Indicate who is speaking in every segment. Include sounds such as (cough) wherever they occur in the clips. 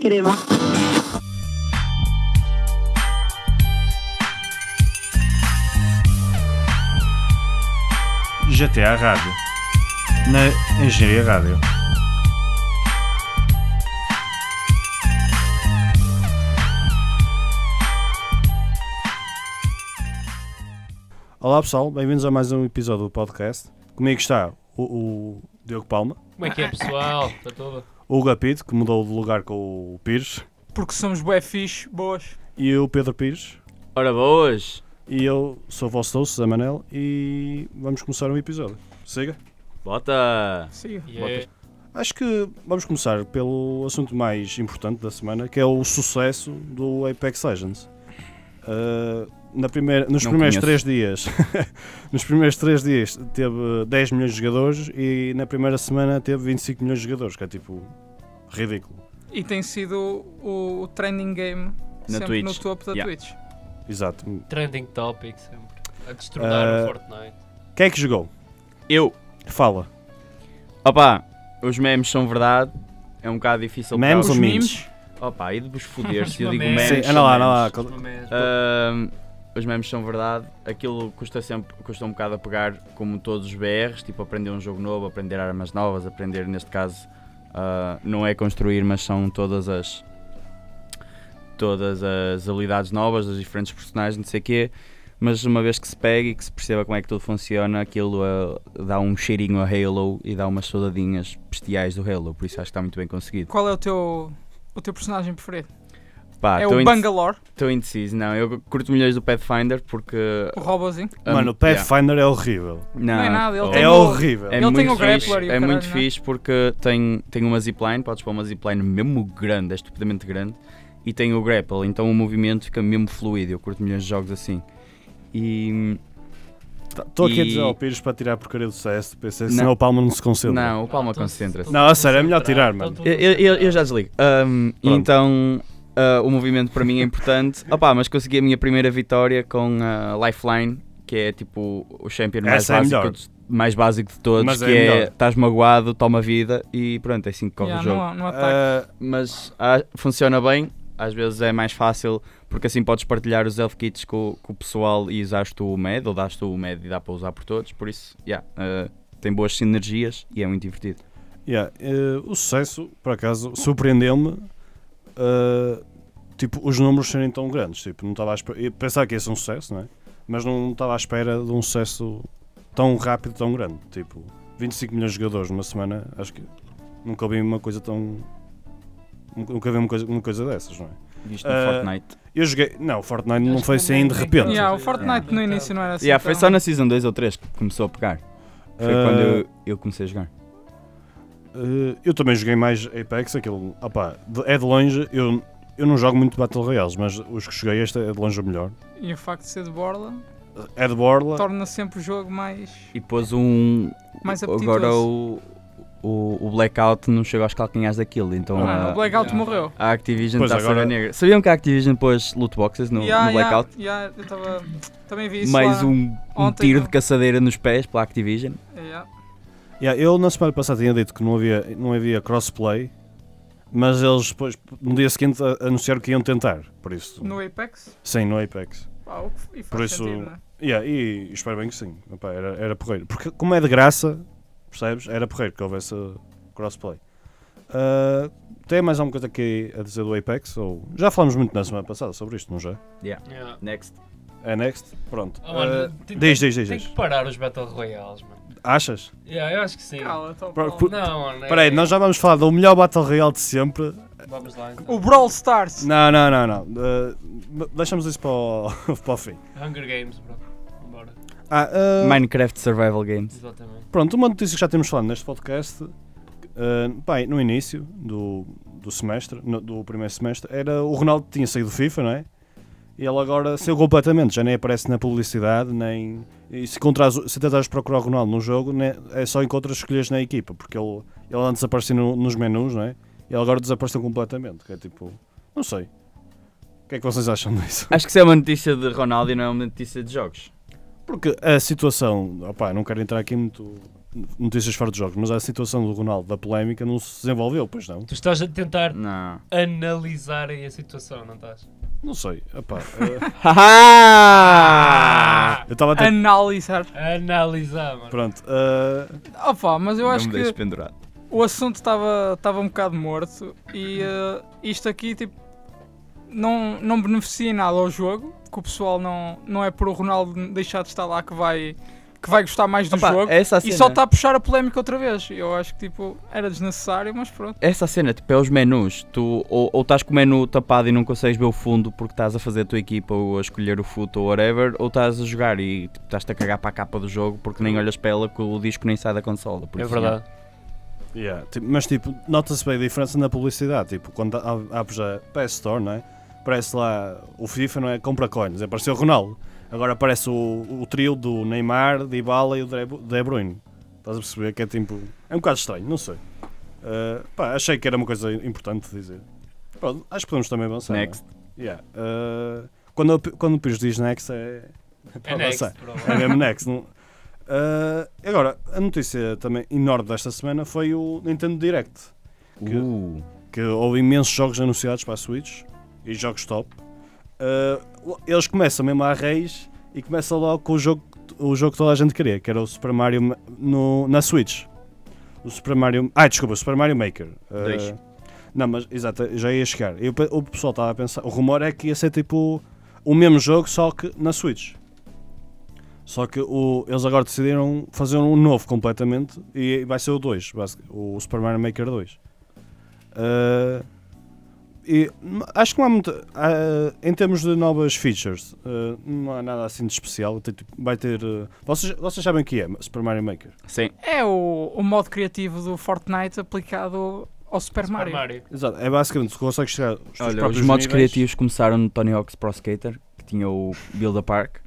Speaker 1: crema.
Speaker 2: GTA Rádio. Na Engenharia Rádio. Olá pessoal, bem-vindos a mais um episódio do podcast. Comigo está o, o Diogo Palma,
Speaker 3: Como é que é, pessoal? Está tudo?
Speaker 2: o Gapito, que mudou de lugar com o Pires,
Speaker 4: Porque somos bué fixe, boas.
Speaker 2: e o Pedro Pires.
Speaker 5: Ora boas!
Speaker 2: E eu sou o vosso host, Zé Manel, e vamos começar um episódio. Siga.
Speaker 5: Bota!
Speaker 4: Sim.
Speaker 3: Yeah.
Speaker 2: Acho que vamos começar pelo assunto mais importante da semana, que é o sucesso do Apex Legends. Ah, na primeira, nos
Speaker 6: Não
Speaker 2: primeiros
Speaker 6: conheço.
Speaker 2: três dias, (laughs) nos primeiros três dias teve 10 milhões de jogadores e na primeira semana teve 25 milhões de jogadores, que é tipo ridículo.
Speaker 4: E tem sido o, o trending game
Speaker 5: Na
Speaker 4: sempre
Speaker 5: Twitch.
Speaker 4: no topo da
Speaker 5: Yeah.
Speaker 4: Twitch.
Speaker 2: Exato.
Speaker 3: Trending topic sempre. A destronar
Speaker 2: Ah.
Speaker 3: o Fortnite.
Speaker 2: Quem é que jogou?
Speaker 5: Eu!
Speaker 2: Fala.
Speaker 5: Opa! Os memes são verdade. É um bocado difícil para
Speaker 2: Memes
Speaker 5: os-
Speaker 2: ou memes?
Speaker 5: Opa, e de vos
Speaker 2: (laughs)
Speaker 5: foder se eu
Speaker 3: Os
Speaker 5: digo
Speaker 3: memes.
Speaker 5: memes.
Speaker 2: Sim,
Speaker 5: são
Speaker 2: anda lá, anda
Speaker 5: memes.
Speaker 2: lá.
Speaker 3: é
Speaker 2: ah,
Speaker 5: Ahm, os memes são verdade. Aquilo custa sempre custa um bocado a pegar, como todos os BRs, tipo aprender um jogo novo, aprender armas novas, aprender neste caso ah, não é construir, mas são todas as todas as habilidades novas dos diferentes personagens, não sei o quê. Mas uma vez que se pega e que se perceba como é que tudo funciona, aquilo ah, dá um cheirinho a Halo e dá umas saudadinhas bestiais do Halo, por isso acho que está muito bem conseguido.
Speaker 4: Qual é o teu, o teu personagem preferido?
Speaker 5: Pá,
Speaker 4: é
Speaker 5: estou
Speaker 4: o
Speaker 5: indec-
Speaker 4: Bangalore,
Speaker 5: estou indeciso, não, eu curto milhões do Pathfinder porque
Speaker 4: o robozinho.
Speaker 5: Um,
Speaker 2: Mano, o
Speaker 5: yeah.
Speaker 2: Pathfinder é horrível.
Speaker 5: Não,
Speaker 4: é nada, ele
Speaker 5: oh,
Speaker 4: tem
Speaker 2: É
Speaker 4: o-
Speaker 2: horrível.
Speaker 5: é
Speaker 4: ele tem
Speaker 5: muito
Speaker 4: o grappler
Speaker 5: fixe,
Speaker 4: e o
Speaker 5: É
Speaker 4: caralho,
Speaker 5: muito
Speaker 4: não é?
Speaker 5: fixe porque tem, tem uma zipline, podes pôr uma zipline mesmo grande, é estupidamente grande, e tem o grapple, então o movimento fica mesmo fluido. Eu curto milhões de jogos assim. E.
Speaker 2: Estou aqui a dizer
Speaker 5: E-
Speaker 2: ao Pires para tirar a porcaria do CS do PC,
Speaker 5: Não.
Speaker 2: senão o Palma não se concentra.
Speaker 5: Não, o
Speaker 3: Tá
Speaker 5: Palma concentra-se.
Speaker 2: Não, a sério, é melhor tirar, mano.
Speaker 5: Eu, eu- eu já desligo. Um, e
Speaker 2: Pronto.
Speaker 5: então ah, o movimento para mim é
Speaker 2: (laughs)
Speaker 5: importante. Opa, mas consegui a minha primeira vitória com a Lifeline, que é tipo o champion mais,
Speaker 2: Essa é a
Speaker 5: básico,
Speaker 2: melhor.
Speaker 5: de- mais básico de todos,
Speaker 2: Mas é a
Speaker 5: que é
Speaker 2: melhor.
Speaker 5: estás magoado, toma vida e pronto, é assim que corre
Speaker 4: Yeah,
Speaker 5: o jogo.
Speaker 4: não, um não ataca.
Speaker 2: Ah,
Speaker 5: mas ah, funciona bem. Às vezes é mais fácil porque assim podes partilhar os elf kits com, com o pessoal e usares tu o med, ou dás tu o med e dá para usar por todos. Por isso, yeah, ah, tem boas sinergias e é muito divertido.
Speaker 2: yeah, eh, o sucesso, por acaso, surpreendeu-me. eh, tipo, os números serem tão grandes. Tipo, não estava a espe- eu pensava que ia ser um sucesso, não é? Mas não estava à espera de um sucesso tão rápido, tão grande. Tipo, 25 milhões de jogadores numa semana, acho que nunca ouvi uma coisa tão. Nunca nunca vi uma coisa, uma coisa dessas, não é?
Speaker 5: Visto no
Speaker 2: Ah,
Speaker 5: Fortnite.
Speaker 2: Eu joguei. Não, Fortnite não
Speaker 3: Acho
Speaker 2: foi
Speaker 3: que
Speaker 2: assim de
Speaker 3: também-
Speaker 5: Uh,
Speaker 2: repente.
Speaker 4: Yeah, o
Speaker 3: Yeah.
Speaker 4: Fortnite no início não era assim.
Speaker 5: Yeah, foi
Speaker 4: tão-
Speaker 5: só na Season 2 ou 3 que começou a pegar. Foi
Speaker 2: Ah,
Speaker 5: quando eu, eu comecei a jogar.
Speaker 2: Uh, eu também joguei mais Apex, aquilo. opá, de- é de longe, eu, eu não jogo muito Battle Royales, mas os que joguei este é de longe o melhor.
Speaker 4: E o facto de ser de borla
Speaker 2: Uh, É de Borla.
Speaker 4: torna sempre o jogo mais,
Speaker 5: E pôs um.
Speaker 4: mais apetitoso.
Speaker 5: agora o, o, o Blackout não chegou aos calcanhares daquilo. Então
Speaker 4: Mano,
Speaker 5: a,
Speaker 4: o Blackout
Speaker 3: Yeah.
Speaker 4: morreu.
Speaker 5: a Activision
Speaker 2: Pois,
Speaker 5: está a
Speaker 2: agora-
Speaker 5: ser negra. Sabiam que a Activision pôs loot boxes no,
Speaker 4: Yeah,
Speaker 5: no Blackout?
Speaker 4: yeah, yeah, eu tava... Também vi isso
Speaker 5: mais
Speaker 4: lá.
Speaker 5: um, um
Speaker 4: ontem
Speaker 5: tiro
Speaker 4: não.
Speaker 5: de caçadeira nos pés pela Activision.
Speaker 4: Yeah.
Speaker 2: Yeah, eu na semana passada tinha dito que não havia, não havia crossplay, mas eles depois, no dia seguinte, a- anunciaram que iam tentar. Por isso.
Speaker 4: No Apex,
Speaker 2: Sim, no Apex.
Speaker 4: pá, o que f- e faz
Speaker 2: Por isso-
Speaker 4: sentido, né?
Speaker 2: Yeah, e espero bem que sim. Opá, era, era porreiro. Porque, como é de graça, percebes? Era porreiro que houvesse crossplay. Uh, tem mais alguma coisa aqui a dizer do Apex? Ou... Já falámos muito na semana passada sobre isto, não já?
Speaker 3: Yeah.
Speaker 5: Next.
Speaker 2: É next? Pronto.
Speaker 3: Oh, mano,
Speaker 2: Uh,
Speaker 3: tem-
Speaker 2: diz, diz, diz,
Speaker 3: Tem
Speaker 2: diz.
Speaker 3: que parar os Battle Royales, mano.
Speaker 2: Achas?
Speaker 3: Yeah, eu acho que sim.
Speaker 4: Cala, tá
Speaker 2: Pro-
Speaker 4: bom.
Speaker 2: pu-
Speaker 3: Não, mano. é-
Speaker 2: Espera aí, nós já vamos falar do melhor Battle Royale de sempre.
Speaker 3: Vamos lá então.
Speaker 4: O Brawl Stars.
Speaker 2: Não, não, não, não. Uh, b- deixamos isso para o, (laughs) para o fim.
Speaker 3: Hunger Games, bro. Vambora.
Speaker 2: Ah, uh,
Speaker 5: Minecraft Survival Games.
Speaker 3: Exatamente.
Speaker 2: Pronto, uma notícia que já temos falado neste podcast, eh, bem, no início do, do semestre, no- do primeiro semestre, era o Ronaldo tinha saído do FIFA, não é? E ele agora saiu completamente, já nem aparece na publicidade, nem. E se, encontrares, se tentares procurar o Ronaldo no jogo, né, é só encontras escolhas na equipa, porque ele, ele antes aparecia no- nos menus, não é? E ele agora desapareceu completamente, que é tipo. Não sei. O que é que vocês acham disso?
Speaker 5: Acho que isso é uma notícia de Ronaldo e não é uma notícia de jogos.
Speaker 2: Porque a situação, opá, não quero entrar aqui muito notícias fora dos jogos, mas a situação do Ronaldo, da polémica, não se desenvolveu, pois não?
Speaker 3: Tu estás a tentar
Speaker 5: (laughs) Não.
Speaker 3: analisar aí a situação, não estás?
Speaker 2: Não sei. Epá,
Speaker 5: (laughs)
Speaker 2: eh,
Speaker 5: Haha!
Speaker 2: eu estava a tentar.
Speaker 4: Analisar.
Speaker 3: Analisar, mano.
Speaker 2: Ah! Pronto. eh,
Speaker 4: Opa, Ah, mas eu
Speaker 5: Não
Speaker 4: acho
Speaker 5: me deixes
Speaker 4: que
Speaker 5: pendurado.
Speaker 4: o assunto estava tava um bocado morto e eh, isto aqui, tipo, não, não beneficia em nada ao jogo, que o pessoal não, não é por o Ronaldo deixar de estar lá que vai, que vai gostar mais do
Speaker 5: Opa, é assim, né?
Speaker 4: jogo.
Speaker 5: essa
Speaker 4: E
Speaker 5: cena,
Speaker 4: só está a puxar a polémica outra vez. Eu acho que tipo, era desnecessário, mas pronto.
Speaker 5: essa cena, tipo, é os menus. Tu ou, ou estás com o menu tapado e não consegues ver o fundo porque estás a fazer a tua equipa ou a escolher o foot ou whatever, ou estás a jogar e tipo, estás-te a cagar para a capa do jogo porque nem olhas para ela que o disco nem sai da consola. por
Speaker 3: É
Speaker 5: isso,
Speaker 3: verdade.
Speaker 2: yeah, tipo, mas tipo, nota-se bem a diferença na publicidade. Tipo, quando ab- abres a PS Store, não é? Aparece lá o FIFA, não é? Compra coins. Apareceu o Ronaldo. Agora aparece o, o trio do Neymar, Dybala e o De Bu- De Bruyne. Estás a perceber que é tipo. É um bocado estranho, não sei. Eh, pá, achei que era uma coisa importante dizer. Pronto, acho que podemos também avançar. não é?
Speaker 5: Next.
Speaker 2: Yeah. eh, quando, o P- quando o Pires diz next é.
Speaker 3: É
Speaker 2: Pá,
Speaker 3: next,
Speaker 2: não sei.
Speaker 3: bro.
Speaker 2: É mesmo next. Não... Eh, agora, a notícia também enorme desta semana foi o Nintendo Direct. Que-
Speaker 5: Uh,
Speaker 2: Que houve imensos jogos anunciados para a Switch e jogos top. Eh, eles começam mesmo à raiz e começam logo com o jogo, o jogo que toda a gente queria, que era o Super Mario Ma- no, na Switch. O Super Mario. Ah, desculpa, o Super Mario Maker. Eh,
Speaker 5: Dois.
Speaker 2: Não, mas exato, eu já ia chegar. Eu pe- o pessoal estava a pensar. O rumor é que ia ser tipo o mesmo jogo, só que na Switch. Só que o- eles agora decidiram fazer um novo completamente e vai ser o 2, basic- o Super Mario Maker 2. Ah, e n- acho que não há muito. ah, em termos de novas features, ah, não há nada assim de especial. tem tipo- Vai ter. ah, vocês, vocês sabem o que é Super Mario Maker?
Speaker 5: sim.
Speaker 4: É o, o modo criativo do Fortnite aplicado ao Super,
Speaker 3: Super
Speaker 4: Mario.
Speaker 3: Mario.
Speaker 2: Exato, é basicamente tu consegues chegar. Os teus
Speaker 5: Olha, os
Speaker 2: próprios
Speaker 5: modos
Speaker 2: níveis.
Speaker 5: criativos começaram no Tony Hawk's Pro Skater, que tinha o Build a Park.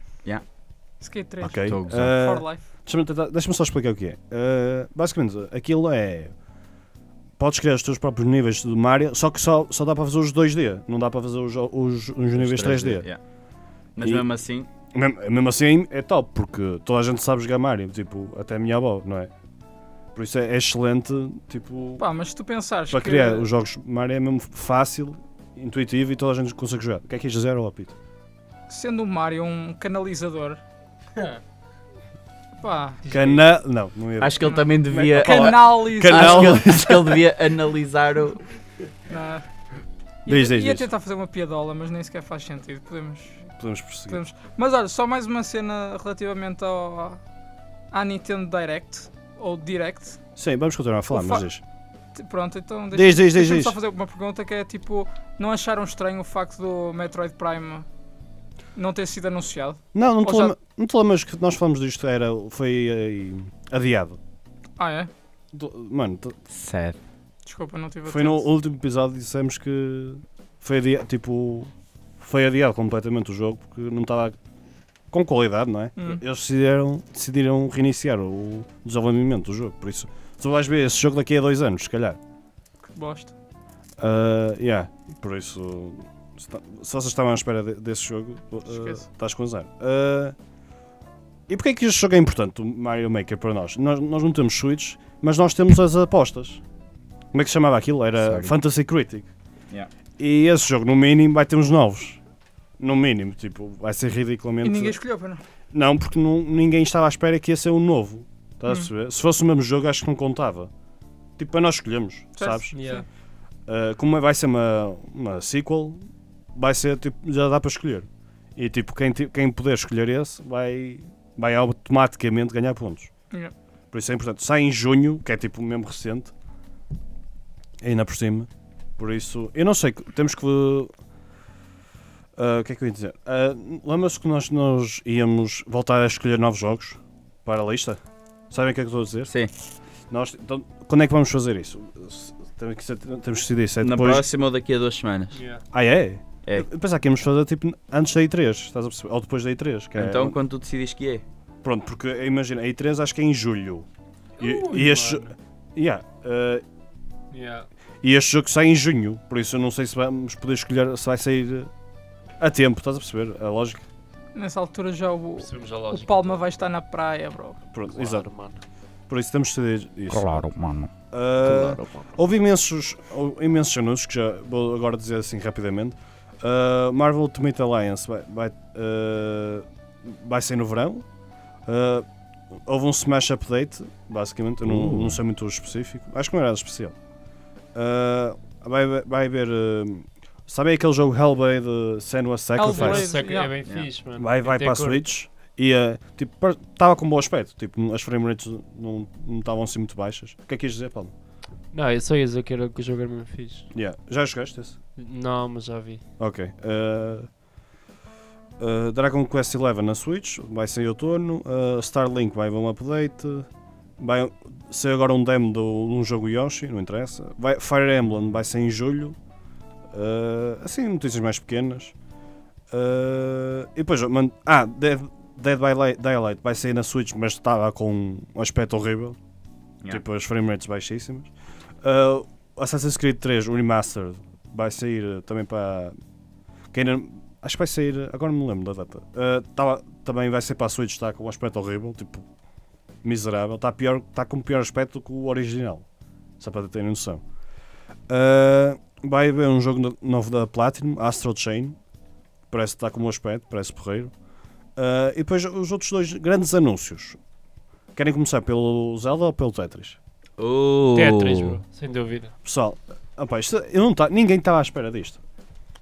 Speaker 4: Skate 3.
Speaker 2: Ok.
Speaker 5: Estou a gozar.
Speaker 2: ah,
Speaker 4: For life.
Speaker 2: Deixa-me tentar- deixa-me só explicar o que é. Uh, basicamente, aquilo é. Podes criar os teus próprios níveis do Mario, só que só, só dá para fazer os 2D, não dá para fazer os, os, os níveis 3D.
Speaker 5: yeah. Mas
Speaker 2: E-
Speaker 5: mesmo assim,
Speaker 2: Mesmo, mesmo assim é top, porque toda a gente sabe jogar Mario, tipo, até a minha avó, não é? Por isso é, é excelente, tipo,
Speaker 4: Pá, mas se tu pensares
Speaker 2: para
Speaker 4: que...
Speaker 2: criar os jogos Mario é mesmo fácil, intuitivo e toda a gente consegue jogar. O que é que ias dizer, ó Pito?
Speaker 4: sendo o Mario um canalizador. Pá,
Speaker 2: Cana... Não, não ia.
Speaker 5: acho é que ele também
Speaker 2: É,
Speaker 5: devia.
Speaker 4: canalizador.
Speaker 5: Acho
Speaker 2: Canal.
Speaker 5: que, ele, acho que ele devia analisar o.
Speaker 4: Não.
Speaker 2: Diz,
Speaker 4: Ia-
Speaker 2: diz,
Speaker 4: Ia
Speaker 2: diz.
Speaker 4: tentar fazer uma piadola, mas nem sequer faz sentido. Podemos,
Speaker 2: Podemos prosseguir.
Speaker 4: podemos... Mas olha, só mais uma cena relativamente ao, à Nintendo Direct, ou Direct.
Speaker 2: Sim, vamos continuar a falar,
Speaker 4: O
Speaker 2: mas
Speaker 4: fa-
Speaker 2: diz.
Speaker 4: T- Pronto, então deixa-
Speaker 2: Diz, diz, diz,
Speaker 4: deixa-me
Speaker 2: diz.
Speaker 4: só fazer uma pergunta que é tipo, não acharam estranho o facto do Metroid Prime não ter sido anunciado?
Speaker 2: Não, não te,
Speaker 4: Ou já-
Speaker 2: lembra- não te lembras que nós falamos disto, era, foi eh, adiado.
Speaker 4: Ah é?
Speaker 2: Do- Mano, t-
Speaker 5: Sad.
Speaker 4: Desculpa, não tive
Speaker 2: foi no
Speaker 4: atento.
Speaker 2: último episódio que dissemos que foi adiado, tipo, foi adiado completamente o jogo porque não estava com qualidade, não é?
Speaker 4: Hum.
Speaker 2: Eles decidiram, decidiram reiniciar o desenvolvimento do jogo, por isso tu vais ver esse jogo daqui a dois anos, se calhar.
Speaker 4: Que Bosta.
Speaker 2: Ah, yeah, por isso, se, ta- se vocês estavam à espera de- desse jogo, ah,
Speaker 4: Esquece.
Speaker 2: estás com azar. Ah, e porquê é que este jogo é importante, o Mario Maker, para nós? Nós, nós não temos Switch, mas nós temos as apostas. Como é que se chamava aquilo? Era
Speaker 5: Sorry.
Speaker 2: Fantasy Critic.
Speaker 5: Yeah.
Speaker 2: E esse jogo, no mínimo, vai ter uns novos. No mínimo, tipo, vai ser
Speaker 4: E
Speaker 2: ridiculamente.
Speaker 4: ninguém escolheu, para não.
Speaker 2: Não, porque não- ninguém estava à espera que ia ser um novo. Estás a
Speaker 4: Hum.
Speaker 2: perceber? Se fosse o mesmo jogo, acho que não contava. Tipo, para nós escolhemos,
Speaker 4: Certo.
Speaker 2: sabes?
Speaker 3: Yeah.
Speaker 2: Uh, como vai ser uma, uma sequel, vai ser tipo, já dá para escolher. E tipo, quem, ti- quem puder escolher esse vai, vai automaticamente ganhar pontos.
Speaker 4: Yeah.
Speaker 2: Por isso é importante. Sai em junho, que é tipo mesmo recente, ainda por cima. Por isso, eu não sei, temos que. Uh, o que é que eu ia dizer? Uh, Lembra-se que nós, nós íamos voltar a escolher novos jogos para a lista? Sabem o que é que eu estou a dizer?
Speaker 5: Sim.
Speaker 2: Nós, então, quando é que vamos fazer isso? Se- Temos que, ser- temos que decidir isso. É
Speaker 5: Na
Speaker 2: depois...
Speaker 5: próxima ou daqui a duas semanas.
Speaker 3: Yeah.
Speaker 2: Ah, é?
Speaker 5: É.
Speaker 2: Eu pensava que íamos fazer tipo antes da E3, estás a perceber? Ou depois da E3. que é-
Speaker 5: Então, quando tu decides que é.
Speaker 2: Pronto, porque imagina, a E3 acho que é em julho. E,
Speaker 3: Ui,
Speaker 2: e este,
Speaker 3: mano.
Speaker 2: yeah, eh,
Speaker 3: Yeah.
Speaker 2: e este jogo sai em junho, por isso eu não sei se vamos poder escolher se vai sair a tempo, estás a perceber? A lógica.
Speaker 4: Nessa altura já o,
Speaker 3: Percebemos a
Speaker 4: o
Speaker 3: lógica.
Speaker 4: Palma vai estar na praia, bro.
Speaker 2: Pronto,
Speaker 3: Claro,
Speaker 2: exato.
Speaker 3: mano.
Speaker 2: Por isso temos de ceder isso.
Speaker 5: Claro, mano.
Speaker 2: Ah, Houve imensos, hou- imensos anúncios que já vou agora dizer assim rapidamente. Uh, Marvel Ultimate Alliance vai, vai, uh, vai ser no verão. Uh, houve um Smash Update, basicamente. Eu não,
Speaker 5: Uh.
Speaker 2: não sei muito o específico. Acho que não era nada especial. Uh, vai, vai haver. Uh, sabe aquele jogo Hellblade uh, Senua's
Speaker 4: Hellblade.
Speaker 2: Sacrifice?
Speaker 3: Isso é que é
Speaker 4: yeah.
Speaker 3: bem
Speaker 5: Yeah.
Speaker 3: fixe, mano.
Speaker 2: Vai, vai
Speaker 3: Tem
Speaker 2: para a
Speaker 3: cor.
Speaker 2: Switch. E estava tipo, par- tava com um bom aspecto. Tipo, as frame rates não não estavam assim muito baixas. O que é que ias dizer, Paulo?
Speaker 3: Não, eu só ia dizer que era que o jogo era mesmo fixe.
Speaker 2: Yeah. Já jogaste esse?
Speaker 3: Não, mas já vi.
Speaker 2: Ok. eh, eh, Dragon Quest XI na Switch, vai ser em outono. eh, Starlink vai haver um update. Vai ser agora um demo do- de um jogo Yoshi, não interessa. Vai- Fire Emblem vai ser em julho. Eh, assim, notícias mais pequenas. Eh, e depois, man- ah, Dead, Dead by Li- Daylight vai sair na Switch, mas estava com um aspecto horrível.
Speaker 5: Yeah.
Speaker 2: Tipo, as frame rates baixíssimas. Eh, Assassin's Creed 3, o Remastered, vai sair eh, também para. Quem ainda- Acho que vai sair. Agora não me lembro da data. Eh, tava- também vai ser para a Switch, está com um aspecto horrível, tipo. Miserável. Está pior, tá com pior aspecto que o original. Só para terem noção. Eh, vai haver um jogo no- novo da Platinum, Astral Chain. Parece que está com um aspecto, parece porreiro. Eh, e depois os outros dois grandes anúncios. Querem começar pelo Zelda ou pelo Tetris?
Speaker 3: Oh.
Speaker 5: Uh,
Speaker 3: Tetris, bro, sem dúvida.
Speaker 2: Pessoal, opa, isto- eu não tá- ninguém estava à espera disto.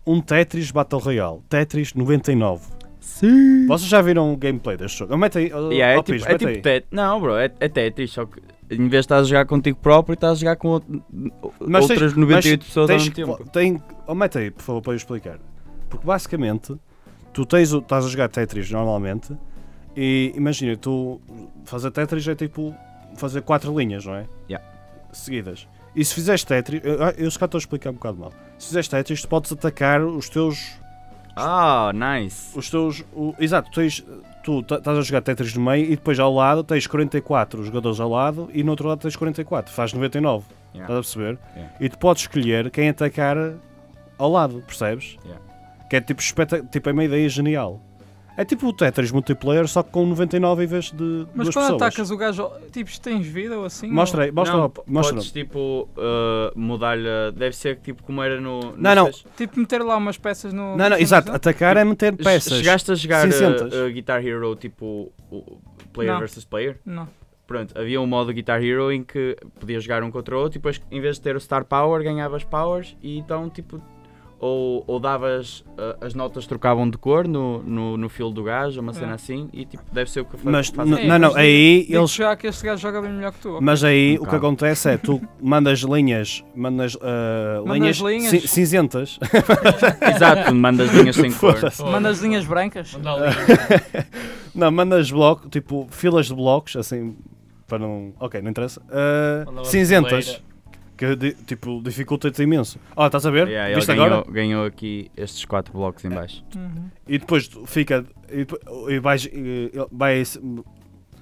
Speaker 2: Um Tetris Battle Royale, Tetris 99.
Speaker 5: Sim.
Speaker 2: Vocês já viram o gameplay deste jogo? Mete aí, ó,
Speaker 5: Yeah, é
Speaker 2: ó, Oh, Pires,
Speaker 5: tipo, é
Speaker 2: mete
Speaker 5: tipo
Speaker 2: aí.
Speaker 5: Tetris. Não, bro, é, é Tetris, só que em vez de estás a jogar contigo próprio, estás a jogar com outro-
Speaker 2: Mas tens-
Speaker 5: outras 98 pessoas ao
Speaker 2: Tens
Speaker 5: mesmo
Speaker 2: que-
Speaker 5: tempo.
Speaker 2: Tem, oh, mete aí, por favor, para eu explicar. Porque basicamente, tu tens, o- estás a jogar Tetris normalmente e imagina, tu fazer Tetris é tipo fazer quatro linhas, não é?
Speaker 5: Yeah.
Speaker 2: Seguidas. E se fizeres Tetris, eu, eu se calhar estou a explicar um bocado mal. Se fizeres Tetris, tu podes atacar os teus
Speaker 5: Ah, nice.
Speaker 2: Os teus. o- exato, tens, tu ta- estás a jogar Tetris no meio e depois ao lado tens 44 jogadores ao lado e no outro lado tens 44. Faz 99.
Speaker 5: Yeah.
Speaker 2: Estás a perceber?
Speaker 5: Yeah.
Speaker 2: E tu podes escolher quem atacar ao lado, percebes?
Speaker 5: Yeah.
Speaker 2: Que é tipo, espeta- tipo é uma ideia genial. É tipo o Tetris multiplayer, só que com 99 em vez de
Speaker 4: Mas
Speaker 2: duas
Speaker 4: quando
Speaker 2: pessoas.
Speaker 4: atacas o gajo, tipo, isto tens vida ou assim?
Speaker 2: Mostra aí, mostra,
Speaker 5: Não,
Speaker 2: lá, mostra lá.
Speaker 5: Podes tipo uh, mudar-lhe. a- Deve ser tipo como era no. no
Speaker 2: Não, não.
Speaker 5: Smash.
Speaker 4: Ou, tipo, meter lá umas peças no.
Speaker 2: Não, não,
Speaker 4: nas
Speaker 2: exato.
Speaker 4: cenas,
Speaker 2: Atacar é meter
Speaker 5: Che-
Speaker 2: peças.
Speaker 5: Chegaste a jogar uh,
Speaker 2: 600.
Speaker 5: uh, Guitar Hero tipo o- o player
Speaker 4: Não.
Speaker 5: versus player?
Speaker 4: Não. Não.
Speaker 5: Pronto, havia um modo Guitar Hero em que podias jogar um contra o outro e depois em vez de ter o Star Power ganhavas powers e então tipo ou, ou davas ah, as notas trocavam de cor no, no, no fio do gajo, uma cena
Speaker 4: É.
Speaker 5: assim e tipo deve ser o que fa-
Speaker 2: Mas,
Speaker 5: faz-
Speaker 2: n-
Speaker 4: É,
Speaker 2: não, não,
Speaker 4: mas
Speaker 2: aí
Speaker 4: Digo
Speaker 2: eles
Speaker 4: Tipo, já que este gajo joga bem melhor que tu.
Speaker 2: Mas aí
Speaker 5: Um
Speaker 2: o que
Speaker 5: bocado.
Speaker 2: acontece é tu mandas linhas, mandas, uh, linhas,
Speaker 4: linhas.
Speaker 2: cin- cinzentas. (laughs)
Speaker 5: Exato, Tipo, mandas linhas sem cor.
Speaker 2: é? Foda-se.
Speaker 4: Manda as linhas brancas.
Speaker 3: Manda ali.
Speaker 2: não, mandas bloco, tipo filas de blocos, assim, para não. Ok, não interessa. Uh,
Speaker 3: Manda uma
Speaker 2: cinzentas,
Speaker 3: fileira.
Speaker 2: que di- tipo dificulta-te imenso. Ó, estás a ver?
Speaker 5: Yeah, ele
Speaker 2: Viste
Speaker 5: ganhou,
Speaker 2: agora? É.
Speaker 5: ganhou aqui estes quatro blocos em baixo.
Speaker 4: Uhum.
Speaker 2: E depois tu fica. E, depo- e vais. E, e vai se-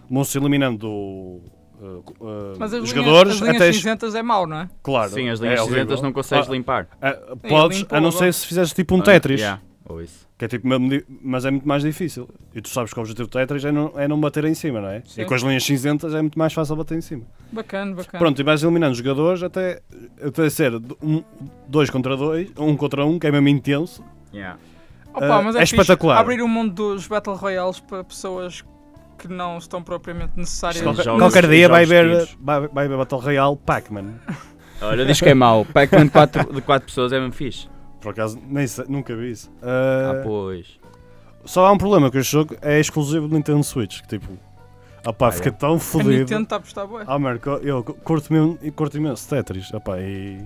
Speaker 2: vão se eliminando do. uh, co- uh,
Speaker 4: Mas as
Speaker 2: jogadores
Speaker 4: linhas, as linhas
Speaker 2: até es-
Speaker 4: cinzentas é mau, não é?
Speaker 2: claro
Speaker 5: Sim, as
Speaker 2: é
Speaker 5: linhas
Speaker 2: horrível.
Speaker 5: cinzentas não consegues
Speaker 2: Ah,
Speaker 5: limpar.
Speaker 2: ah, podes
Speaker 4: limpo
Speaker 2: a não
Speaker 4: agora.
Speaker 2: ser se fizeres tipo um Tetris
Speaker 5: Ah, yeah, ou isso.
Speaker 2: Que é tipo, mesmo di- mas é muito mais difícil. E tu sabes que o objetivo do Tetris é não, é não bater em cima, não é?
Speaker 4: Sim.
Speaker 2: E com as linhas cinzentas é muito mais fácil bater em cima.
Speaker 4: Bacana, bacana.
Speaker 2: Pronto, e vais eliminando os jogadores até, até ser d- um, dois contra dois, um contra um, que é mesmo intenso.
Speaker 5: Yeah.
Speaker 4: Opa,
Speaker 2: Ah,
Speaker 4: mas
Speaker 2: é
Speaker 4: é, fixe
Speaker 2: espetacular.
Speaker 4: Abrir o mundo dos Battle Royales para pessoas que não estão propriamente necessárias.
Speaker 5: Isto
Speaker 2: Qualquer,
Speaker 5: jogos-
Speaker 2: qualquer dia vai
Speaker 5: jogos
Speaker 2: haver,
Speaker 5: tiros.
Speaker 2: vai, vai haver Battle Royale Pac-Man.
Speaker 5: Olha, diz que é mau. (laughs) Pac-Man 4 de 4 pessoas é mesmo fixe.
Speaker 2: Por acaso, nem sei- nunca vi isso. Ah,
Speaker 5: Ah, pois.
Speaker 2: só há um problema que este jogo é exclusivo do Nintendo Switch. Que tipo, opá,
Speaker 5: Ah,
Speaker 2: fica
Speaker 5: é.
Speaker 2: tão
Speaker 4: A Nintendo
Speaker 2: fodido.
Speaker 4: está a apostar bué.
Speaker 2: Ah, Marco, eu cu- curto, mesmo, eu curto imenso Tetris, opá, e...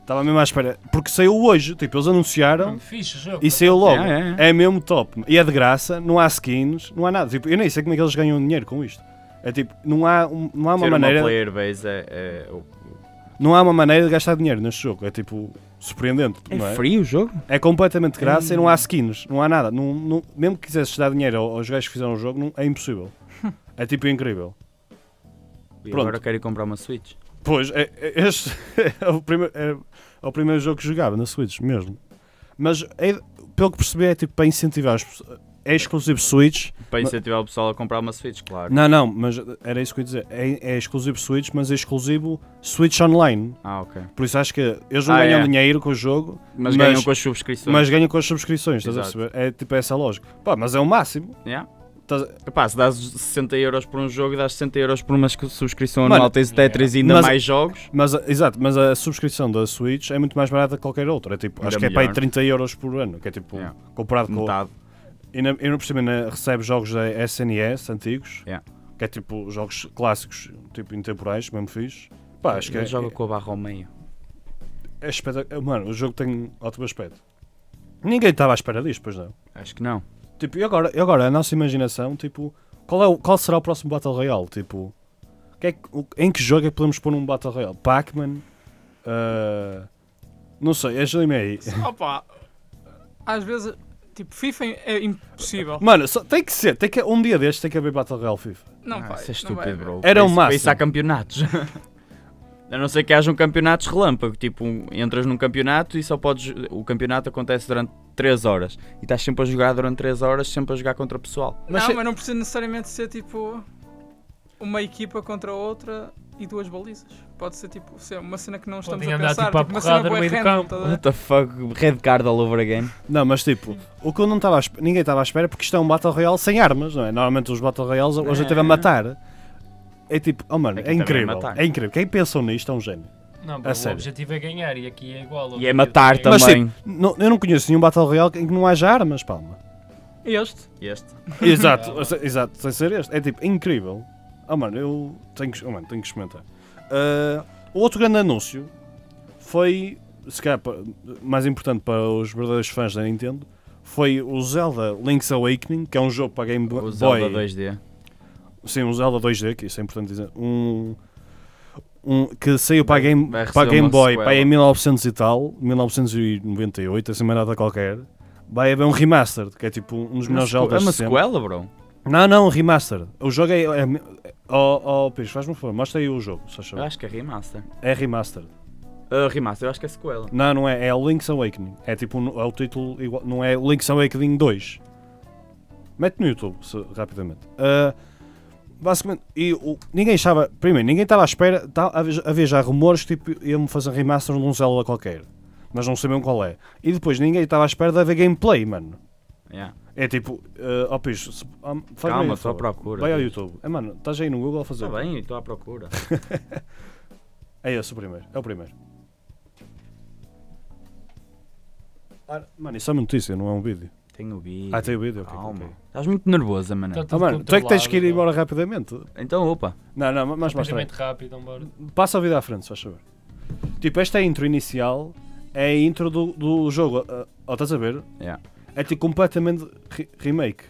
Speaker 2: Estava mesmo à espera, porque saiu hoje, tipo, eles anunciaram
Speaker 3: Fixe o jogo.
Speaker 2: e saiu logo.
Speaker 5: Yeah,
Speaker 2: É,
Speaker 5: yeah,
Speaker 2: mesmo top. E é de graça, não há skins, não há nada. Tipo, eu nem sei como é que eles ganham dinheiro com isto. É tipo, não há, um- não há uma
Speaker 5: Ter
Speaker 2: maneira,
Speaker 5: player base é, é, o-
Speaker 2: não há uma maneira de gastar dinheiro neste jogo. É tipo surpreendente, não é?
Speaker 5: frio o jogo?
Speaker 2: É completamente de graça e não há skins, não há nada. Não, não- mesmo que quisesses dar dinheiro ao- aos gajos que fizeram o jogo, não- é (laughs) impossível. É tipo incrível.
Speaker 5: E
Speaker 2: Pronto.
Speaker 5: agora quero ir comprar uma Switch.
Speaker 2: Pois, é, é- este (laughs) é o, primeiro, é, é o primeiro jogo que jogava na Switch mesmo. Mas é- pelo que percebi é tipo para incentivar as pessoas. é exclusivo Switch.
Speaker 5: Para incentivar o pessoal a comprar uma Switch, claro.
Speaker 2: Não, não, mas era isso que eu ia dizer. É, é exclusivo Switch, mas é exclusivo Switch Online.
Speaker 5: Ah, ok.
Speaker 2: Por isso acho que eles não
Speaker 5: Ah,
Speaker 2: ganham
Speaker 5: é.
Speaker 2: dinheiro com o jogo, Mas-
Speaker 5: Mas, ganham com as subscrições.
Speaker 2: mas ganham com as subscrições, estás
Speaker 5: Exato.
Speaker 2: a perceber? É tipo essa a lógica. Pá, mas é o máximo.
Speaker 5: Yeah.
Speaker 2: Estás-
Speaker 5: Epá, se dás 60 euros por um jogo, dás 60 euros por uma scu- subscrição
Speaker 2: Mano,
Speaker 5: anual, tens o Tetris e ainda
Speaker 2: mas-
Speaker 5: mais jogos.
Speaker 2: Mas, eh, exato, mas a subscrição da Switch é muito mais barata que qualquer outra. É tipo,
Speaker 5: Ainda
Speaker 2: acho que é para aí
Speaker 5: melhor.
Speaker 2: 30 euros por ano, que é tipo,
Speaker 5: Yeah.
Speaker 2: comparado com.
Speaker 5: Metade.
Speaker 2: E na- e não por cima ainda recebe jogos da SNES antigos,
Speaker 5: Yeah.
Speaker 2: que é tipo jogos clássicos, tipo intemporais, mesmo fixe. Pá, acho que é,
Speaker 5: Ele joga com a barra ao meio.
Speaker 2: é espetacular. Mano, o jogo tem ótimo aspecto. Ninguém estava à espera disto, pois não.
Speaker 5: Acho que não.
Speaker 2: Tipo, e agora, e agora a nossa imaginação, tipo, qual, é o- qual será o próximo Battle Royale? Tipo, que é que- o- em que jogo é que podemos pôr um Battle Royale? Pac-Man? Ah, não sei, ajuda-me aí.
Speaker 4: Opa, às vezes, tipo, FIFA é impossível.
Speaker 2: Mano, só- tem que ser, tem que, um dia destes tem que haver Battle Royale FIFA.
Speaker 4: Não,
Speaker 5: Ah,
Speaker 4: vai.
Speaker 5: isso é
Speaker 4: não vai
Speaker 5: estúpido,
Speaker 4: haver.
Speaker 5: bro.
Speaker 2: Era
Speaker 5: Para
Speaker 2: o
Speaker 5: isso- Para isso
Speaker 2: máximo.
Speaker 5: há campeonatos. (laughs) A não ser que hajam campeonatos relâmpago. Tipo, um- entras num campeonato e só podes. O campeonato acontece durante 3 horas. E estás sempre a jogar durante 3 horas, sempre a jogar contra o pessoal.
Speaker 2: Mas
Speaker 4: não,
Speaker 2: se-
Speaker 4: mas não precisa necessariamente ser tipo uma equipa contra outra e duas balizas. Pode ser tipo ser uma cena que não estamos
Speaker 3: Podem
Speaker 4: a
Speaker 3: andar,
Speaker 4: pensar,
Speaker 3: tipo, à
Speaker 4: uma cena
Speaker 3: porrada no
Speaker 4: bué
Speaker 3: meio do
Speaker 4: random,
Speaker 3: campo.
Speaker 4: tá a ver?
Speaker 5: What the fuck? Red card all over again.
Speaker 2: Não, mas tipo, o que eu não estava à esp- ninguém estava à espera porque isto é um Battle Royale sem armas, não é? Normalmente os Battle Royales hoje
Speaker 5: É.
Speaker 2: até vai matar. É tipo, oh mano,
Speaker 5: Aqui
Speaker 2: é
Speaker 5: também é
Speaker 2: incrível.
Speaker 5: matar.
Speaker 2: É incrível. Quem pensou nisto é um gênio.
Speaker 3: Não,
Speaker 2: A
Speaker 3: bro, o
Speaker 2: sério.
Speaker 3: objetivo é ganhar e aqui é igual. o
Speaker 5: E é
Speaker 3: objetivo
Speaker 5: matar
Speaker 3: ganhar.
Speaker 2: Mas
Speaker 5: também.
Speaker 2: tipo, não- eu não conheço nenhum Battle Royale em que não haja armas,
Speaker 5: (laughs)
Speaker 2: palma.
Speaker 4: Este.
Speaker 5: Este.
Speaker 2: Exato, exato, sem ser este. É tipo, incrível. Oh mano, eu tenho que, oh, mano, tenho que experimentar. Ah, o outro grande anúncio foi, se calhar, pa- mais importante para os verdadeiros fãs da Nintendo, foi o Zelda Link's Awakening, que é um jogo para Game Boy.
Speaker 5: O Zelda 2D.
Speaker 2: Sim, um Zelda 2D, que isso é importante dizer. Um, um que saiu para a Game,
Speaker 5: Vai receber
Speaker 2: para a Game
Speaker 5: uma
Speaker 2: Boy
Speaker 5: sequela.
Speaker 2: para em 1900 e tal, 1998, assim uma data qualquer. Vai haver um remaster, que é tipo um dos melhores
Speaker 5: Uma sequ- É
Speaker 2: Zeldas
Speaker 5: uma
Speaker 2: de sempre.
Speaker 5: sequela, bro.
Speaker 2: Não, não, um remaster. O jogo é. é, é oh, oh, Pires, faz-me um favor, mostra aí o jogo, se achas.
Speaker 5: Eu acho que é remaster.
Speaker 2: É remaster.
Speaker 5: Ah, remaster, eu acho que é sequela.
Speaker 2: Não, não é, é o Link's Awakening. É tipo, um- é o título igual, não é o Link's Awakening 2. Mete no YouTube, se- rapidamente. Ah, basicamente, e o- ninguém estava, primeiro, ninguém estava à espera, tá, havia, havia já rumores que tipo, iam fazer remaster de um Zelda qualquer, mas não sabiam qual é. E depois, ninguém estava à espera de haver gameplay, mano.
Speaker 5: Yeah.
Speaker 2: É tipo, ah, ó Pires, se- ah, faz-me aí,
Speaker 5: Calma,
Speaker 2: por
Speaker 5: estou à
Speaker 2: favor.
Speaker 5: procura.
Speaker 2: Vai ao YouTube. É, mano, estás aí no Google a fazer.
Speaker 5: Está Tá bem, estou à procura.
Speaker 2: É esse o primeiro, é o primeiro. Ah, Mano, isso é uma notícia, não é um vídeo.
Speaker 5: Tenho o vídeo.
Speaker 2: Ah, tem o vídeo, ok.
Speaker 5: Calma.
Speaker 2: ok.
Speaker 5: Estás muito nervosa, mano.
Speaker 3: Então,
Speaker 2: Ah, mano, tu é que tens que ir embora rapidamente.
Speaker 5: Então, opa.
Speaker 2: Não, não, mas mostra aí.
Speaker 3: Rapidamente rápido, então embora.
Speaker 2: Passa a vida à frente, se faz favor. Tipo, esta é a intro inicial, é a intro do, do jogo. ah, Ó, estás a ver?
Speaker 5: Yeah.
Speaker 2: É tipo completamente re- remake.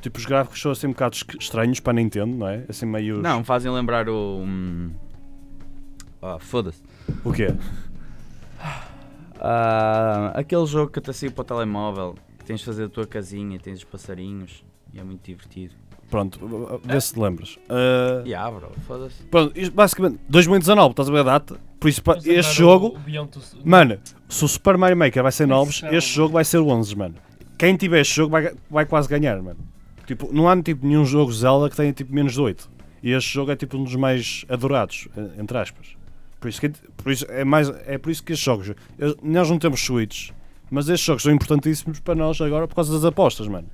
Speaker 2: Tipo, os gráficos são assim um bocado esc- estranhos para a Nintendo, não é? Assim meio.
Speaker 5: Não, fazem lembrar o. hum, Ah, foda-se.
Speaker 2: O quê?
Speaker 5: Ah, aquele jogo que te saiu para o telemóvel, que tens de fazer a tua casinha, tens os passarinhos, e é muito divertido.
Speaker 2: Pronto, vê se te lembras. Ah,
Speaker 5: E ah, bro, foda-se.
Speaker 2: Pronto, isto basicamente, 2019, estás a ver a data? Por isso, pa-
Speaker 3: Vamos lembrar
Speaker 2: este jogo,
Speaker 3: o- o Beyond Two-
Speaker 2: mano, se o Super Mario Maker vai ser 9,
Speaker 3: Isso é
Speaker 2: este
Speaker 3: bom.
Speaker 2: jogo vai ser 11, mano. Quem tiver este jogo vai, ga- vai quase ganhar, mano. Tipo, não há tipo, nenhum jogo Zelda que tenha tipo menos de 8. E este jogo é tipo um dos mais adorados, eh, entre aspas. Por isso, que, por isso é, mais, é por isso que estes jogos, eu- nós não temos Switch, mas estes jogos são importantíssimos para nós agora por causa das apostas, mano.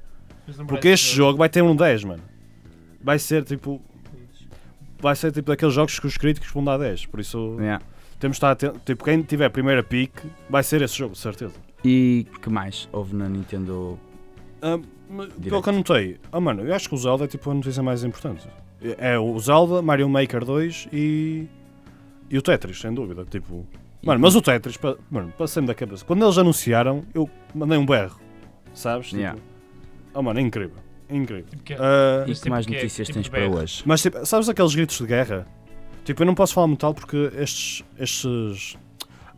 Speaker 3: Mas lembrar
Speaker 2: Porque
Speaker 3: esse
Speaker 2: este jogo vai ter um 10, mano. Vai ser tipo,
Speaker 3: Pois.
Speaker 2: vai ser tipo daqueles jogos que os críticos vão dar 10. Por isso
Speaker 5: Yeah.
Speaker 2: temos de estar atentos. Tipo, quem tiver a primeira pick vai ser esse jogo, de certeza.
Speaker 5: E que mais houve na Nintendo?
Speaker 2: Ah, mas pelo que eu notei, ah mano, eu acho que o Zelda é tipo a notícia mais importante. É o Zelda, Mario Maker 2 e. E o Tetris, sem dúvida. Tipo. Mano, mas o Tetris, pa- mano, passei-me da cabeça. Quando eles anunciaram, eu mandei um berro. Sabes? Tipo,
Speaker 5: Yeah.
Speaker 2: Oh mano, é incrível. É incrível.
Speaker 3: Tipo que é-
Speaker 2: Ah,
Speaker 5: E
Speaker 3: Mas
Speaker 5: que
Speaker 3: tipo
Speaker 5: mais
Speaker 3: que é?
Speaker 5: notícias
Speaker 3: Tipo
Speaker 5: tens
Speaker 3: de
Speaker 5: para
Speaker 3: BR?
Speaker 5: hoje?
Speaker 2: Mas tipo, sabes aqueles gritos de guerra? Tipo, eu não posso falar muito alto porque estes. estes...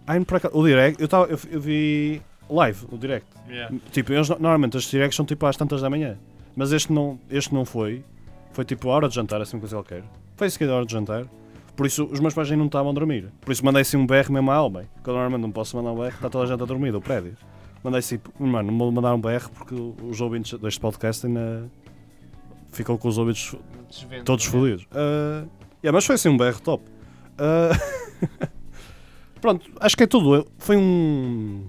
Speaker 2: Ai, por acaso, o direct, eu, tava, eu, eu vi live o direct.
Speaker 3: Yeah.
Speaker 2: Tipo, eles no- normalmente estes directs são tipo às tantas da manhã. Mas este não, este não foi. Foi tipo a hora de jantar, assim uma coisa qualquer. Foi sequer a hora de jantar. Por isso os meus pais ainda não estavam a dormir. Por isso mandei assim um BR mesmo à alma. Que eu normalmente não posso mandar um BR, está toda a gente a dormir do prédio. Mandei assim, mano, vou mandar um BR porque os ouvintes deste podcast ainda ficam com os ouvintes
Speaker 3: Desvendo.
Speaker 2: todos fodidos. Ah, yeah, mas foi assim um BR top. Ah, (laughs) pronto, acho que é tudo. Foi um.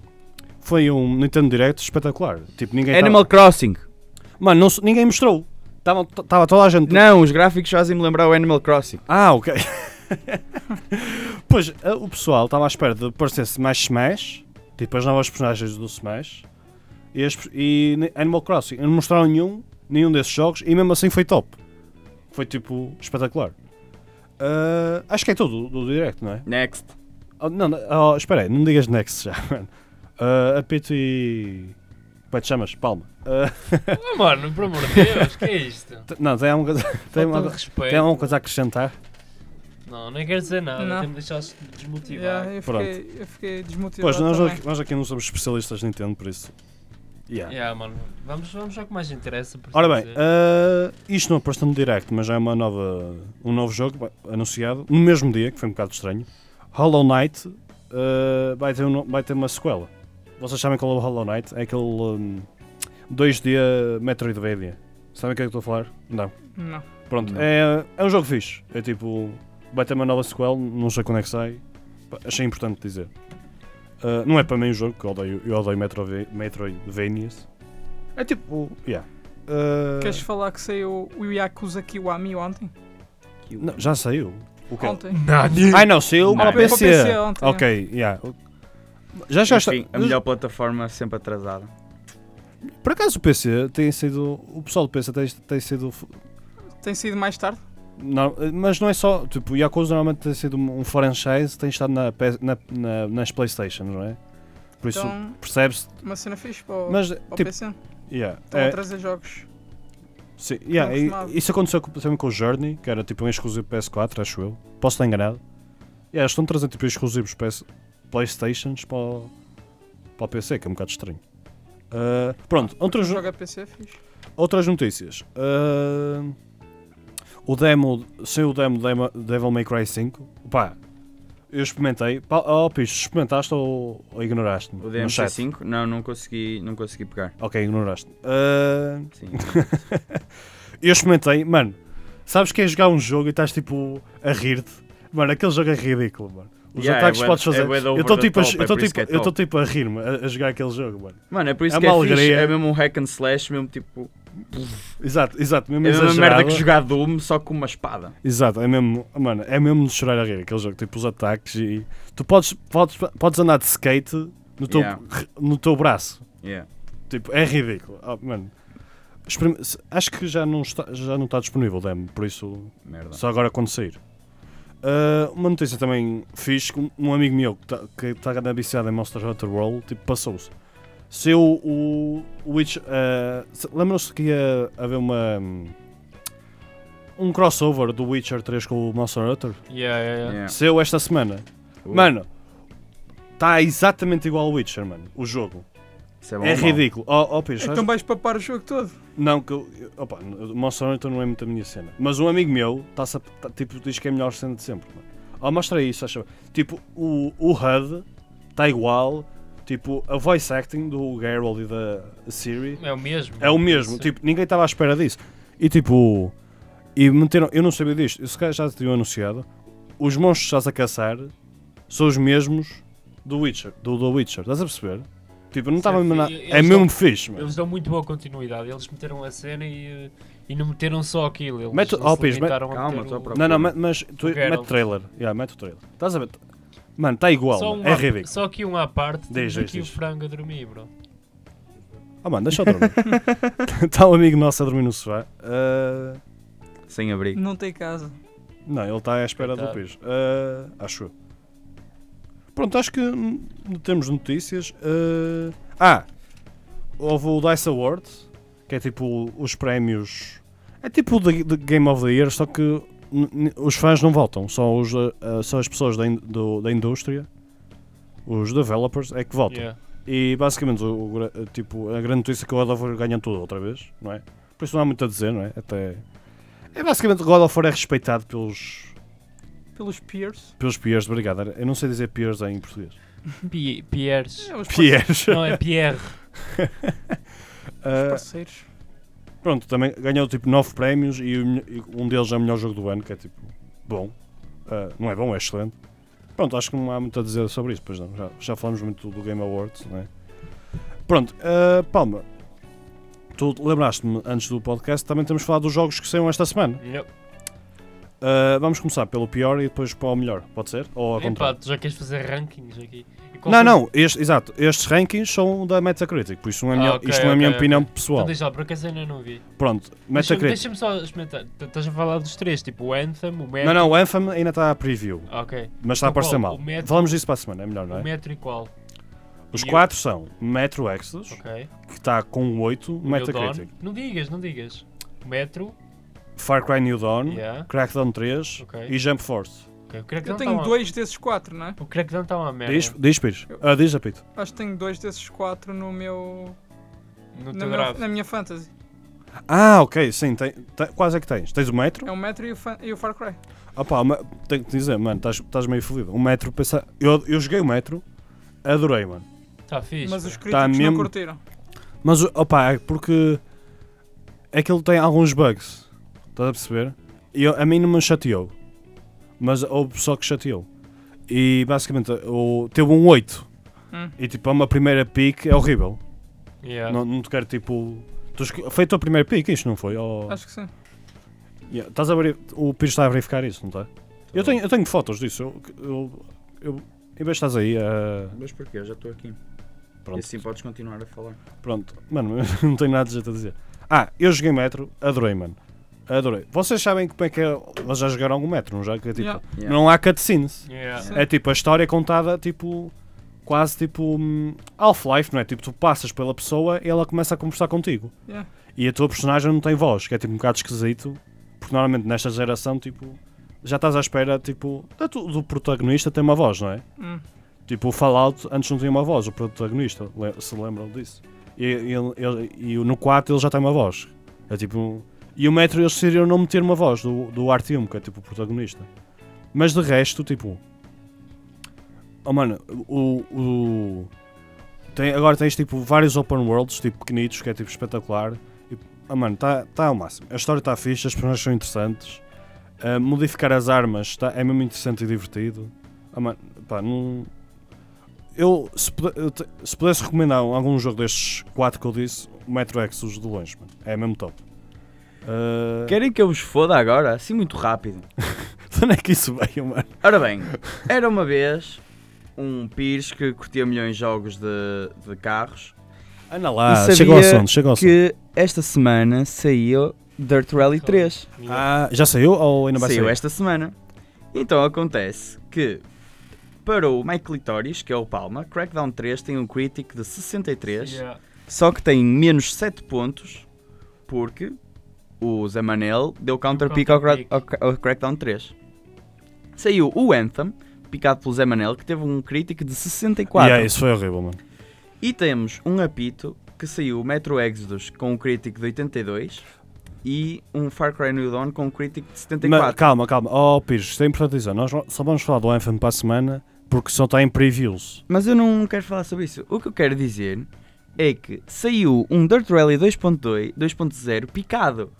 Speaker 2: Foi um Nintendo Direct espetacular. Tipo, ninguém. tava-
Speaker 5: Animal Crossing.
Speaker 2: Mano, não se- ninguém mostrou. Estava toda a gente.
Speaker 5: Não, os gráficos fazem-me lembrar o Animal Crossing.
Speaker 2: Ah, ok. (laughs) pois, eh, o pessoal estava à espera de aparecesse mais Smash, tipo as novas personagens do Smash, e, as pe- e ni- Animal Crossing. Não mostraram nenhum, nenhum desses jogos, e mesmo assim foi top. Foi tipo espetacular. Ah, acho que é tudo do, do direct, não é?
Speaker 5: Next.
Speaker 2: Oh, não, não, oh, espera aí, não me digas next já, (laughs) mano. Ah, apito e. Como é que te chamas? Palma. Ah,
Speaker 3: Ah, mano, por amor de Deus, que é
Speaker 2: (laughs)
Speaker 3: isto?
Speaker 2: t- (laughs) não, tem alguma coisa, (laughs) tem
Speaker 3: Falta de
Speaker 2: alguma-
Speaker 3: respeito.
Speaker 2: tem um- alguma coisa a acrescentar?
Speaker 3: Não, nem quero dizer nada,
Speaker 4: Não.
Speaker 3: até me deixaste desmotivar.
Speaker 4: Yeah, eu,
Speaker 2: Pronto.
Speaker 4: fiquei, eu fiquei desmotivado.
Speaker 2: Pois, nós,
Speaker 4: também.
Speaker 2: aqui- nós aqui não somos especialistas de Nintendo, por isso. Yeah.
Speaker 3: Yeah, mano, vamos, vamos ao que mais interessa. por
Speaker 2: Ora
Speaker 3: assim
Speaker 2: bem,
Speaker 3: dizer.
Speaker 2: ah, isto não apareceu no direct, mas já é uma nova, um novo jogo ba- anunciado no mesmo dia, que foi um bocado estranho. Hollow Knight ah, vai, ter um no- vai ter uma sequela. Vocês sabem qual é o Hollow Knight? É aquele hum, 2D Metroidvania. Sabem o que é que eu estou a falar? Não.
Speaker 4: Não.
Speaker 2: Pronto,
Speaker 5: Não.
Speaker 2: é, é um jogo fixe. É tipo, vai ter uma nova sequela, não sei quando é que sai. Pá, Achei importante dizer. Ah, não é para mim o jogo, que eu odeio, eu odeio Metrove- Metroidvanias. É tipo, yeah. Ah,
Speaker 4: Queres falar que saiu o Yakuza Kiwami ontem?
Speaker 2: não, já saiu. O quê?
Speaker 4: Ontem.
Speaker 2: Ai não, saiu
Speaker 5: Não.
Speaker 2: para o
Speaker 5: Para o
Speaker 2: PC.
Speaker 4: PC ontem,
Speaker 2: ok, yeah. Já já está.
Speaker 5: Enfim, a melhor plataforma sempre atrasada.
Speaker 2: Por acaso o PC tem sido. O pessoal do PC tem, tem sido.
Speaker 4: Tem sido mais tarde?
Speaker 2: Não, mas não é só. Tipo, o Yakuza normalmente tem sido um franchise, tem estado na, PS na, na- nas Playstations, não é? Por isso
Speaker 4: Então,
Speaker 2: percebe-se.
Speaker 4: uma cena fixe para o,
Speaker 2: Mas,
Speaker 4: para o
Speaker 2: tipo,
Speaker 4: PC.
Speaker 2: yeah,
Speaker 4: Estão
Speaker 2: é,
Speaker 4: a trazer jogos.
Speaker 2: sim, yeah,
Speaker 4: não
Speaker 2: e-
Speaker 4: costumava.
Speaker 2: isso aconteceu com- também com o Journey, que era tipo um exclusivo PS4, acho eu. Posso estar enganado. Yeah, eles estão trazendo tipo exclusivos PS, Playstations para o, para o PC, que é um bocado estranho. Ah, pronto, outro
Speaker 4: Outro
Speaker 2: jogo.
Speaker 4: jogo a PC é fixe.
Speaker 2: Outras notícias. Ahn, o demo, saiu o demo de Demo- Devil May Cry 5. Pá, eu experimentei. Pá, oh, Pix, experimentaste ou, ou ignoraste-me?
Speaker 5: O
Speaker 2: No chat.
Speaker 5: DMC5? Não, não consegui, não consegui pegar.
Speaker 2: Ok, ignoraste. Ahn,
Speaker 5: Sim. (laughs)
Speaker 2: eu experimentei, mano. Sabes que é jogar um jogo e estás tipo a rir-te? Mano, aquele jogo é ridículo, mano. Os
Speaker 5: Yeah,
Speaker 2: ataques
Speaker 5: é
Speaker 2: que
Speaker 5: bué-
Speaker 2: podes
Speaker 5: é
Speaker 2: fazer.
Speaker 5: bué de
Speaker 2: eu
Speaker 5: over
Speaker 2: estou
Speaker 5: the
Speaker 2: tipo, a-
Speaker 5: top, é
Speaker 2: eu tô
Speaker 5: por isso
Speaker 2: tipo,
Speaker 5: que é
Speaker 2: eu tô
Speaker 5: top.
Speaker 2: tipo a rir-me a, a jogar aquele jogo, mano.
Speaker 5: Mano, é por isso
Speaker 2: É
Speaker 5: que é
Speaker 2: uma
Speaker 5: fixe.
Speaker 2: alegria.
Speaker 5: É mesmo um hack and slash, mesmo tipo.
Speaker 2: Exato, exato, mesmo
Speaker 5: É a mesma merda
Speaker 2: exagerado.
Speaker 5: que jogar Doom, só com uma espada.
Speaker 2: Exato, é mesmo, mano, é mesmo de chorar a rir aquele jogo, tipo os ataques e tu podes, podes, podes andar de skate no teu,
Speaker 5: Yeah.
Speaker 2: no teu braço,
Speaker 5: Yeah.
Speaker 2: tipo, é ridículo, Ah, mano. Experim- se- Acho que já não está, já não está disponível o demo, por isso
Speaker 5: Merda.
Speaker 2: só agora quando sair. Ah, uma notícia também fiz que um- um amigo meu que tá- que está tá viciado em Monster Hunter World, tipo, passou-se. Se o, o Witch. ah, se- Lembram-se que ia haver uma. hum, Um crossover do Witcher 3 com o Monster Hunter?
Speaker 3: Yeah, yeah, yeah.
Speaker 5: Yeah.
Speaker 2: Saiu esta semana.
Speaker 5: Uh,
Speaker 2: Mano, está exatamente igual ao Witcher, mano. O jogo.
Speaker 5: isso bom
Speaker 2: é
Speaker 5: ou mau?
Speaker 2: ridículo. Oh, oh, Pires,
Speaker 4: Então
Speaker 2: sabes-
Speaker 4: vais papar o jogo todo.
Speaker 2: Não, que eu. eu- Opa, o Monster Hunter não é muito a minha cena. Mas um amigo meu tá -se tipo, diz que é a melhor cena de sempre. Mano. Oh, mostra aí, se acha. Tipo, o, o HUD está tá igual. Tipo, a voice acting do Geralt e da Siri
Speaker 3: É o mesmo.
Speaker 2: é o mesmo.
Speaker 3: Isso.
Speaker 2: Tipo, ninguém estava à espera disso. E tipo. E meteram. Eu não sabia disto. Isso já tinham anunciado. Os monstros que estás a caçar são os mesmos do Witcher. Do, do Witcher. Estás a perceber? Tipo, não estava
Speaker 3: Certo,
Speaker 2: mesmo. na-
Speaker 3: e- e
Speaker 2: É
Speaker 3: eles
Speaker 2: mesmo fixe, mano.
Speaker 3: Eles dão muito boa continuidade. Eles meteram a cena e, eh, e não meteram só aquilo. Eles
Speaker 2: Mete-
Speaker 3: não
Speaker 2: oh,
Speaker 3: se
Speaker 2: Pires, mete-
Speaker 3: limitaram a
Speaker 5: Calma,
Speaker 3: meter
Speaker 5: só
Speaker 3: o-
Speaker 5: para-
Speaker 2: Não, não, ma- mas tu,
Speaker 3: O Geralt.
Speaker 2: mete trailer. Yeah, mete o trailer. Estás a ver? Mano, está igual.
Speaker 3: Só,
Speaker 2: mano.
Speaker 3: um
Speaker 2: É
Speaker 3: à-
Speaker 2: ridículo.
Speaker 3: só aqui um à parte.
Speaker 2: Diz,
Speaker 3: Diz,
Speaker 2: diz,
Speaker 3: aqui
Speaker 2: diz.
Speaker 3: o frango a dormir, bro.
Speaker 2: Ah, mano, deixa eu
Speaker 3: (laughs)
Speaker 2: dormir. Está um amigo nosso a dormir no sofá. Ah,
Speaker 5: Sem abrigo.
Speaker 4: Não tem casa.
Speaker 2: Não, ele está à espera do
Speaker 3: Coitado.
Speaker 2: Pires. Ah, acho eu. Pronto, acho que hum, temos notícias. Ah, ah, houve o Dice Awards, que é tipo os prémios. É tipo o de, de Game of the Year, só que n- n- os fãs não votam, só, os, ah, ah, só as pessoas da, in- do- da indústria, os developers, é que votam.
Speaker 3: Yeah.
Speaker 2: E basicamente, o, o gra- tipo, a grande notícia é que o God of War ganha tudo outra vez, não é? Por isso não há muito a dizer, não é? Até. É basicamente o God of War é respeitado pelos,
Speaker 4: Pelos peers.
Speaker 2: pelos peers, obrigado. Eu não sei dizer peers em português.
Speaker 3: Pi
Speaker 2: (laughs)
Speaker 3: Pierres.
Speaker 4: É, os
Speaker 2: Pierres.
Speaker 3: Não, é Pierre.
Speaker 2: Ah,
Speaker 4: parceiros.
Speaker 2: pronto, também ganhou tipo 9 prémios e o melho- e um deles é o melhor jogo do ano, que é tipo bom. Ah, não é bom, é excelente. Pronto, acho que não há muito a dizer sobre isso, pois não. Já, já falamos muito do Game Awards, não é? Pronto, ah, Palma, tu lembraste-me antes do podcast, também temos falado dos jogos que saíram esta semana.
Speaker 3: Não.
Speaker 2: Ah, vamos começar pelo pior e depois para o melhor, pode ser? Ou ao
Speaker 3: Epá,
Speaker 2: contrário?
Speaker 3: tu já queres fazer rankings aqui? E qual
Speaker 2: Não,
Speaker 3: foi-
Speaker 2: não, este, exato, estes rankings são da Metacritic, por isso não é,
Speaker 3: Ah,
Speaker 2: minha-
Speaker 3: ok,
Speaker 2: isto não é a minha
Speaker 3: ok,
Speaker 2: opinião
Speaker 3: Então
Speaker 2: pessoal.
Speaker 3: diz lá, por acaso ainda não vi.
Speaker 2: Pronto,
Speaker 3: Deixa-
Speaker 2: Metacritic.
Speaker 3: Deixa-me só experimentar. Tu- Estás a falar dos três, tipo o Anthem, o Metro.
Speaker 2: Não, não, o Anthem ainda está a preview,
Speaker 3: Ok.
Speaker 2: mas está a
Speaker 3: Então,
Speaker 2: parecer
Speaker 3: qual?
Speaker 2: mal.
Speaker 3: O Metro-
Speaker 2: Falamos disso para a semana, é melhor, não
Speaker 3: O
Speaker 2: é?
Speaker 3: Metro e qual?
Speaker 2: Os
Speaker 3: e o-
Speaker 2: quatro são Metro Exodus,
Speaker 3: Ok.
Speaker 2: que está com 8,
Speaker 3: O
Speaker 2: Metacritic.
Speaker 3: Dawn. Não digas, não digas. O Metro.
Speaker 2: Far Cry New Dawn,
Speaker 3: Yeah.
Speaker 2: Crackdown 3
Speaker 3: Ok.
Speaker 2: e Jump Force.
Speaker 3: ok. O Crackdown
Speaker 4: Eu
Speaker 3: tá
Speaker 4: tenho
Speaker 3: uma-
Speaker 4: dois desses quatro, não é?
Speaker 3: O Crackdown está tá uma merda.
Speaker 2: Diz, diz Pires. Ah, diz, Apito.
Speaker 4: Acho que tenho dois desses quatro no meu.
Speaker 3: No
Speaker 4: Na
Speaker 3: teu
Speaker 4: minha,
Speaker 3: grave.
Speaker 4: na minha fantasy.
Speaker 2: Ah, ok, sim, tem, tem- quase é que tens. Tens o Metro?
Speaker 4: É o Metro e o, Fan- e o Far Cry.
Speaker 2: Ah pá, ma- tenho que te dizer, mano, estás- estás meio fodido. O Metro, pensa... eu, eu joguei o Metro, adorei, mano.
Speaker 3: Está Tá fixe.
Speaker 4: Mas os
Speaker 3: pá.
Speaker 4: críticos
Speaker 2: Tá mesmo-
Speaker 4: não curtiram.
Speaker 2: Mas, opá, é porque aquilo tem alguns bugs, estás a perceber? E eu- a mim não me chateou, mas houve pessoal que chateou. E basicamente o, teve um 8,
Speaker 4: Hum. É.
Speaker 2: e tipo, a uma primeira pick é horrível.
Speaker 3: Yeah.
Speaker 2: Não, não te quero tipo. Tu esque- Foi a tua primeira pick, isto não foi? Ou-
Speaker 4: Acho que sim.
Speaker 2: Yeah, estás a veri- O Pires está a verificar isso, não está? Eu tenho, eu tenho fotos disso. Eu, eu, eu, em vez de estás aí a.
Speaker 5: Mas porquê? Eu já estou aqui.
Speaker 2: Pronto.
Speaker 5: E assim podes continuar a falar.
Speaker 2: Pronto, mano, (laughs) não tenho nada de jeito a dizer. Ah, eu joguei Metro, adorei, mano. Adorei. Vocês sabem como é que é. Vocês já jogaram algum Metro, não já? Que é tipo,
Speaker 4: Yeah.
Speaker 5: Yeah.
Speaker 2: Não há cutscenes.
Speaker 3: Yeah.
Speaker 4: Sim.
Speaker 2: É tipo a história contada, tipo. Quase tipo. hum, Half-Life, não é? Tipo, tu passas pela pessoa e ela começa a conversar contigo.
Speaker 4: Yeah.
Speaker 2: E a tua personagem não tem voz, que é tipo um bocado esquisito. Porque normalmente nesta geração, tipo. Já estás à espera, tipo. da tu- Do protagonista ter uma voz, não é?
Speaker 4: Hum.
Speaker 2: Tipo, o Fallout antes não tinha uma voz, o protagonista, le- se lembram disso. E, ele- ele- e o- no 4 ele já tem uma voz. É tipo. E o Metro eles decidiram não meter uma voz do, do Artyom, que é tipo o protagonista. Mas de resto, tipo. Oh mano, o. o tem, agora tens tipo vários open worlds, tipo pequenitos, que é tipo espetacular. E, oh mano, está tá ao máximo. A história está fixe, as personagens são interessantes. Ah, modificar as armas tá, é mesmo interessante e divertido. Oh mano, pá, não. Eu, se, pude- eu te- se pudesse recomendar algum jogo destes quatro que eu disse, o Metro Exodus de longe, mano. É mesmo top. Ah,
Speaker 5: Querem que eu vos foda agora? Assim muito rápido.
Speaker 2: De (laughs) onde é que isso veio, mano?
Speaker 5: Ora (laughs) bem, era uma vez um Pires que curtia milhões de jogos de, de carros
Speaker 2: Anda Ah, lá,
Speaker 5: E
Speaker 2: chega ao
Speaker 5: sabia
Speaker 2: som, chega ao som.
Speaker 5: que esta semana saiu Dirt Rally 3.
Speaker 3: Yeah.
Speaker 2: Ah, já saiu ou ainda vai
Speaker 5: Saiu
Speaker 2: sair?
Speaker 5: esta semana. Então acontece que para o Mike Clitoris, que é o Palma, Crackdown 3 tem um crítico de 63,
Speaker 3: Yeah.
Speaker 5: só que tem menos 7 pontos porque o Zé Manel deu counter pick ao, cra-
Speaker 3: counter
Speaker 5: ao cra- ao Crackdown 3. Saiu o Anthem, picado pelo Zé Manel, que teve um crítico de 64.
Speaker 2: Yeah, isso foi horrível, mano.
Speaker 5: E temos um apito que saiu o Metro Exodus com um crítico de 82 e um Far Cry New Dawn com um crítico de
Speaker 2: Mas,
Speaker 5: 74.
Speaker 2: calma, calma. Oh, Pires, isto é importante dizer. Nós só vamos falar do Anthem para a semana porque só está em previews.
Speaker 5: Mas eu não quero falar sobre isso. O que eu quero dizer é que saiu um Dirt Rally 2.2 2.0 picado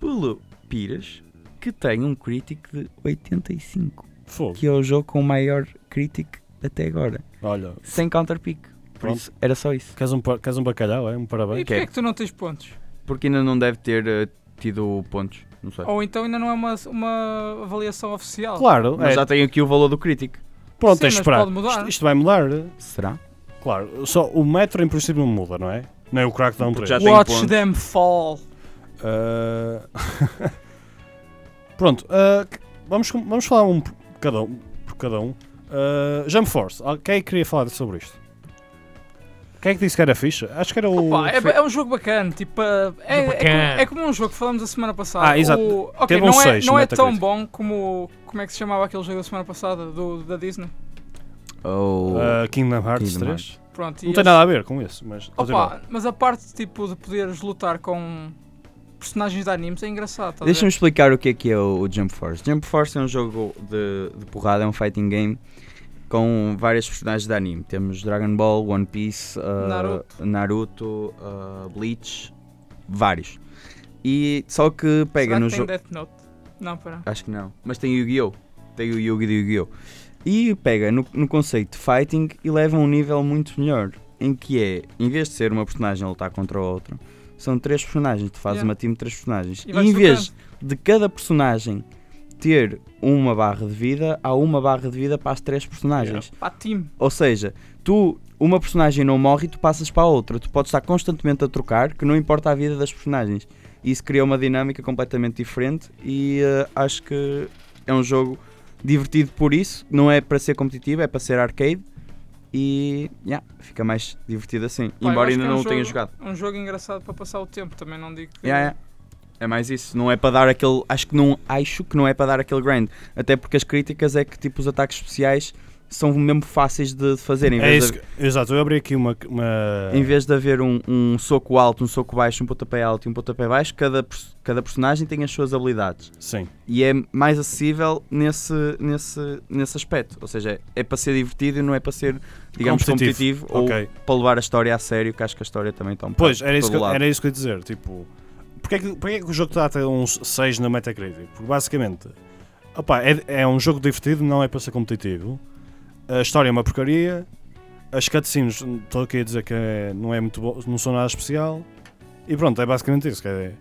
Speaker 5: pelo Pires, que tem um crítico de 85,
Speaker 2: Fogo.
Speaker 5: que é o jogo com o maior crítico até agora,
Speaker 2: Olha,
Speaker 5: sem counter pick. Por
Speaker 2: Pronto.
Speaker 5: isso, era só isso.
Speaker 2: queres um, pa- queres um bacalhau, é? Um
Speaker 4: E
Speaker 2: parabéns.
Speaker 4: porquê é que tu não tens pontos?
Speaker 5: Porque ainda não deve ter eh, tido pontos, não
Speaker 2: Oh,
Speaker 5: sei.
Speaker 4: Ou então ainda não é uma, uma avaliação oficial.
Speaker 2: Claro,
Speaker 5: Mas
Speaker 2: é.
Speaker 5: já tem aqui o valor do crítico.
Speaker 2: Pronto,
Speaker 4: Sim,
Speaker 2: tens de
Speaker 4: mas
Speaker 2: esperar.
Speaker 4: pode mudar.
Speaker 2: Isto, isto vai mudar,
Speaker 5: Será?
Speaker 2: claro. Só o metro em princípio não muda, não é? Nem o Crackdown
Speaker 5: Porque
Speaker 2: 3.
Speaker 5: já tem
Speaker 4: Watch
Speaker 5: pontos.
Speaker 4: them fall.
Speaker 2: Ah, (laughs) Pronto, ah, c- vamos, com- vamos falar um por cada um. Por cada um. Ah, Jump Force, ah, quem é que queria falar sobre isto? Quem é que disse que era fixe? Acho que era o.
Speaker 4: Pá, é, ba- é um jogo bacana, tipo, uh, é,
Speaker 3: Jogo
Speaker 4: é
Speaker 3: bacana.
Speaker 4: como- é como um jogo que falamos a semana passada.
Speaker 2: Ah, exato.
Speaker 4: O, ok,
Speaker 2: Teve um
Speaker 4: não é,
Speaker 2: seis
Speaker 4: não
Speaker 2: no
Speaker 4: é tão
Speaker 2: Metacritic.
Speaker 4: bom como, como é que se chamava aquele jogo da semana passada, do, da Disney.
Speaker 5: Oh.
Speaker 2: Ah, Kingdom Hearts
Speaker 5: Kingdom
Speaker 2: 3.
Speaker 4: Pronto, e
Speaker 2: Não tem
Speaker 4: eles-
Speaker 2: nada a ver com isso, mas. continua.
Speaker 4: Opa, mas a parte tipo de poderes lutar com personagens de animes é engraçado. estás a ver?
Speaker 5: Deixa-me explicar o que é que é o, o Jump Force. Jump Force é um jogo de, de porrada, é um fighting game com várias personagens de anime. Temos Dragon Ball, One Piece, ah,
Speaker 4: Naruto.
Speaker 5: Naruto, ah, Bleach, vários. E só que pega
Speaker 4: Será
Speaker 5: no
Speaker 4: que tem
Speaker 5: jogo.
Speaker 4: Death Note? Não, pera.
Speaker 5: Acho que não. Mas tem Yu-Gi-Oh! Tem o Yugi do Yu-Gi-Oh! E pega no, no conceito de fighting e leva a um nível muito melhor. Em que é, em vez de ser uma personagem a lutar contra a outra, são três personagens, tu fazes
Speaker 4: Yeah.
Speaker 5: uma time de três personagens. E,
Speaker 4: vais
Speaker 5: em vez
Speaker 4: trocando.
Speaker 5: de cada personagem ter uma barra de vida, há uma barra de vida para as três personagens.
Speaker 4: Pá, time.
Speaker 5: Ou seja, tu, uma personagem não morre e tu passas para a outra. Tu podes estar constantemente a trocar, que não importa a vida das personagens. Isso cria uma dinâmica completamente diferente e eh, acho que é um jogo divertido por isso. Não é para ser competitivo, é para ser arcade. E yeah, fica mais divertido assim.
Speaker 4: eu
Speaker 5: Embora
Speaker 4: acho
Speaker 5: ainda
Speaker 4: que é um
Speaker 5: não o tenha
Speaker 4: jogo-
Speaker 5: jogado.
Speaker 4: É um jogo engraçado para passar o tempo, também não digo que...
Speaker 5: Yeah, yeah. É mais isso, não é para dar aquele. Acho que não acho que não é para dar aquele grind. Até porque as críticas é que tipo os ataques especiais são mesmo fáceis de de fazer em
Speaker 2: É
Speaker 5: vez de-
Speaker 2: isso que- exato, eu abri aqui uma. uma-
Speaker 5: Em vez de haver um, um soco alto, um soco baixo, um pontapé alto e um pontapé baixo, cada, pers- cada personagem tem as suas habilidades.
Speaker 2: Sim,
Speaker 5: E é mais acessível nesse, nesse, nesse aspecto. Ou seja, é, é para ser divertido e não é para ser, digamos, competitivo,
Speaker 2: Competitivo, ok.
Speaker 5: ou para levar a história a sério, que acho que a história também está um bocado
Speaker 2: Pois, era isso,
Speaker 5: por
Speaker 2: que,
Speaker 5: todo lado.
Speaker 2: era isso que eu ia dizer. Tipo, porque é que, porque é que o jogo está até uns 6 na Metacritic? Porque basicamente opá, é, é um jogo divertido, não é para ser competitivo. A história é uma porcaria. As cutscenes, estou aqui a dizer que é- não é muito bo- não são nada especial. E pronto, é basicamente isso. Quer dizer,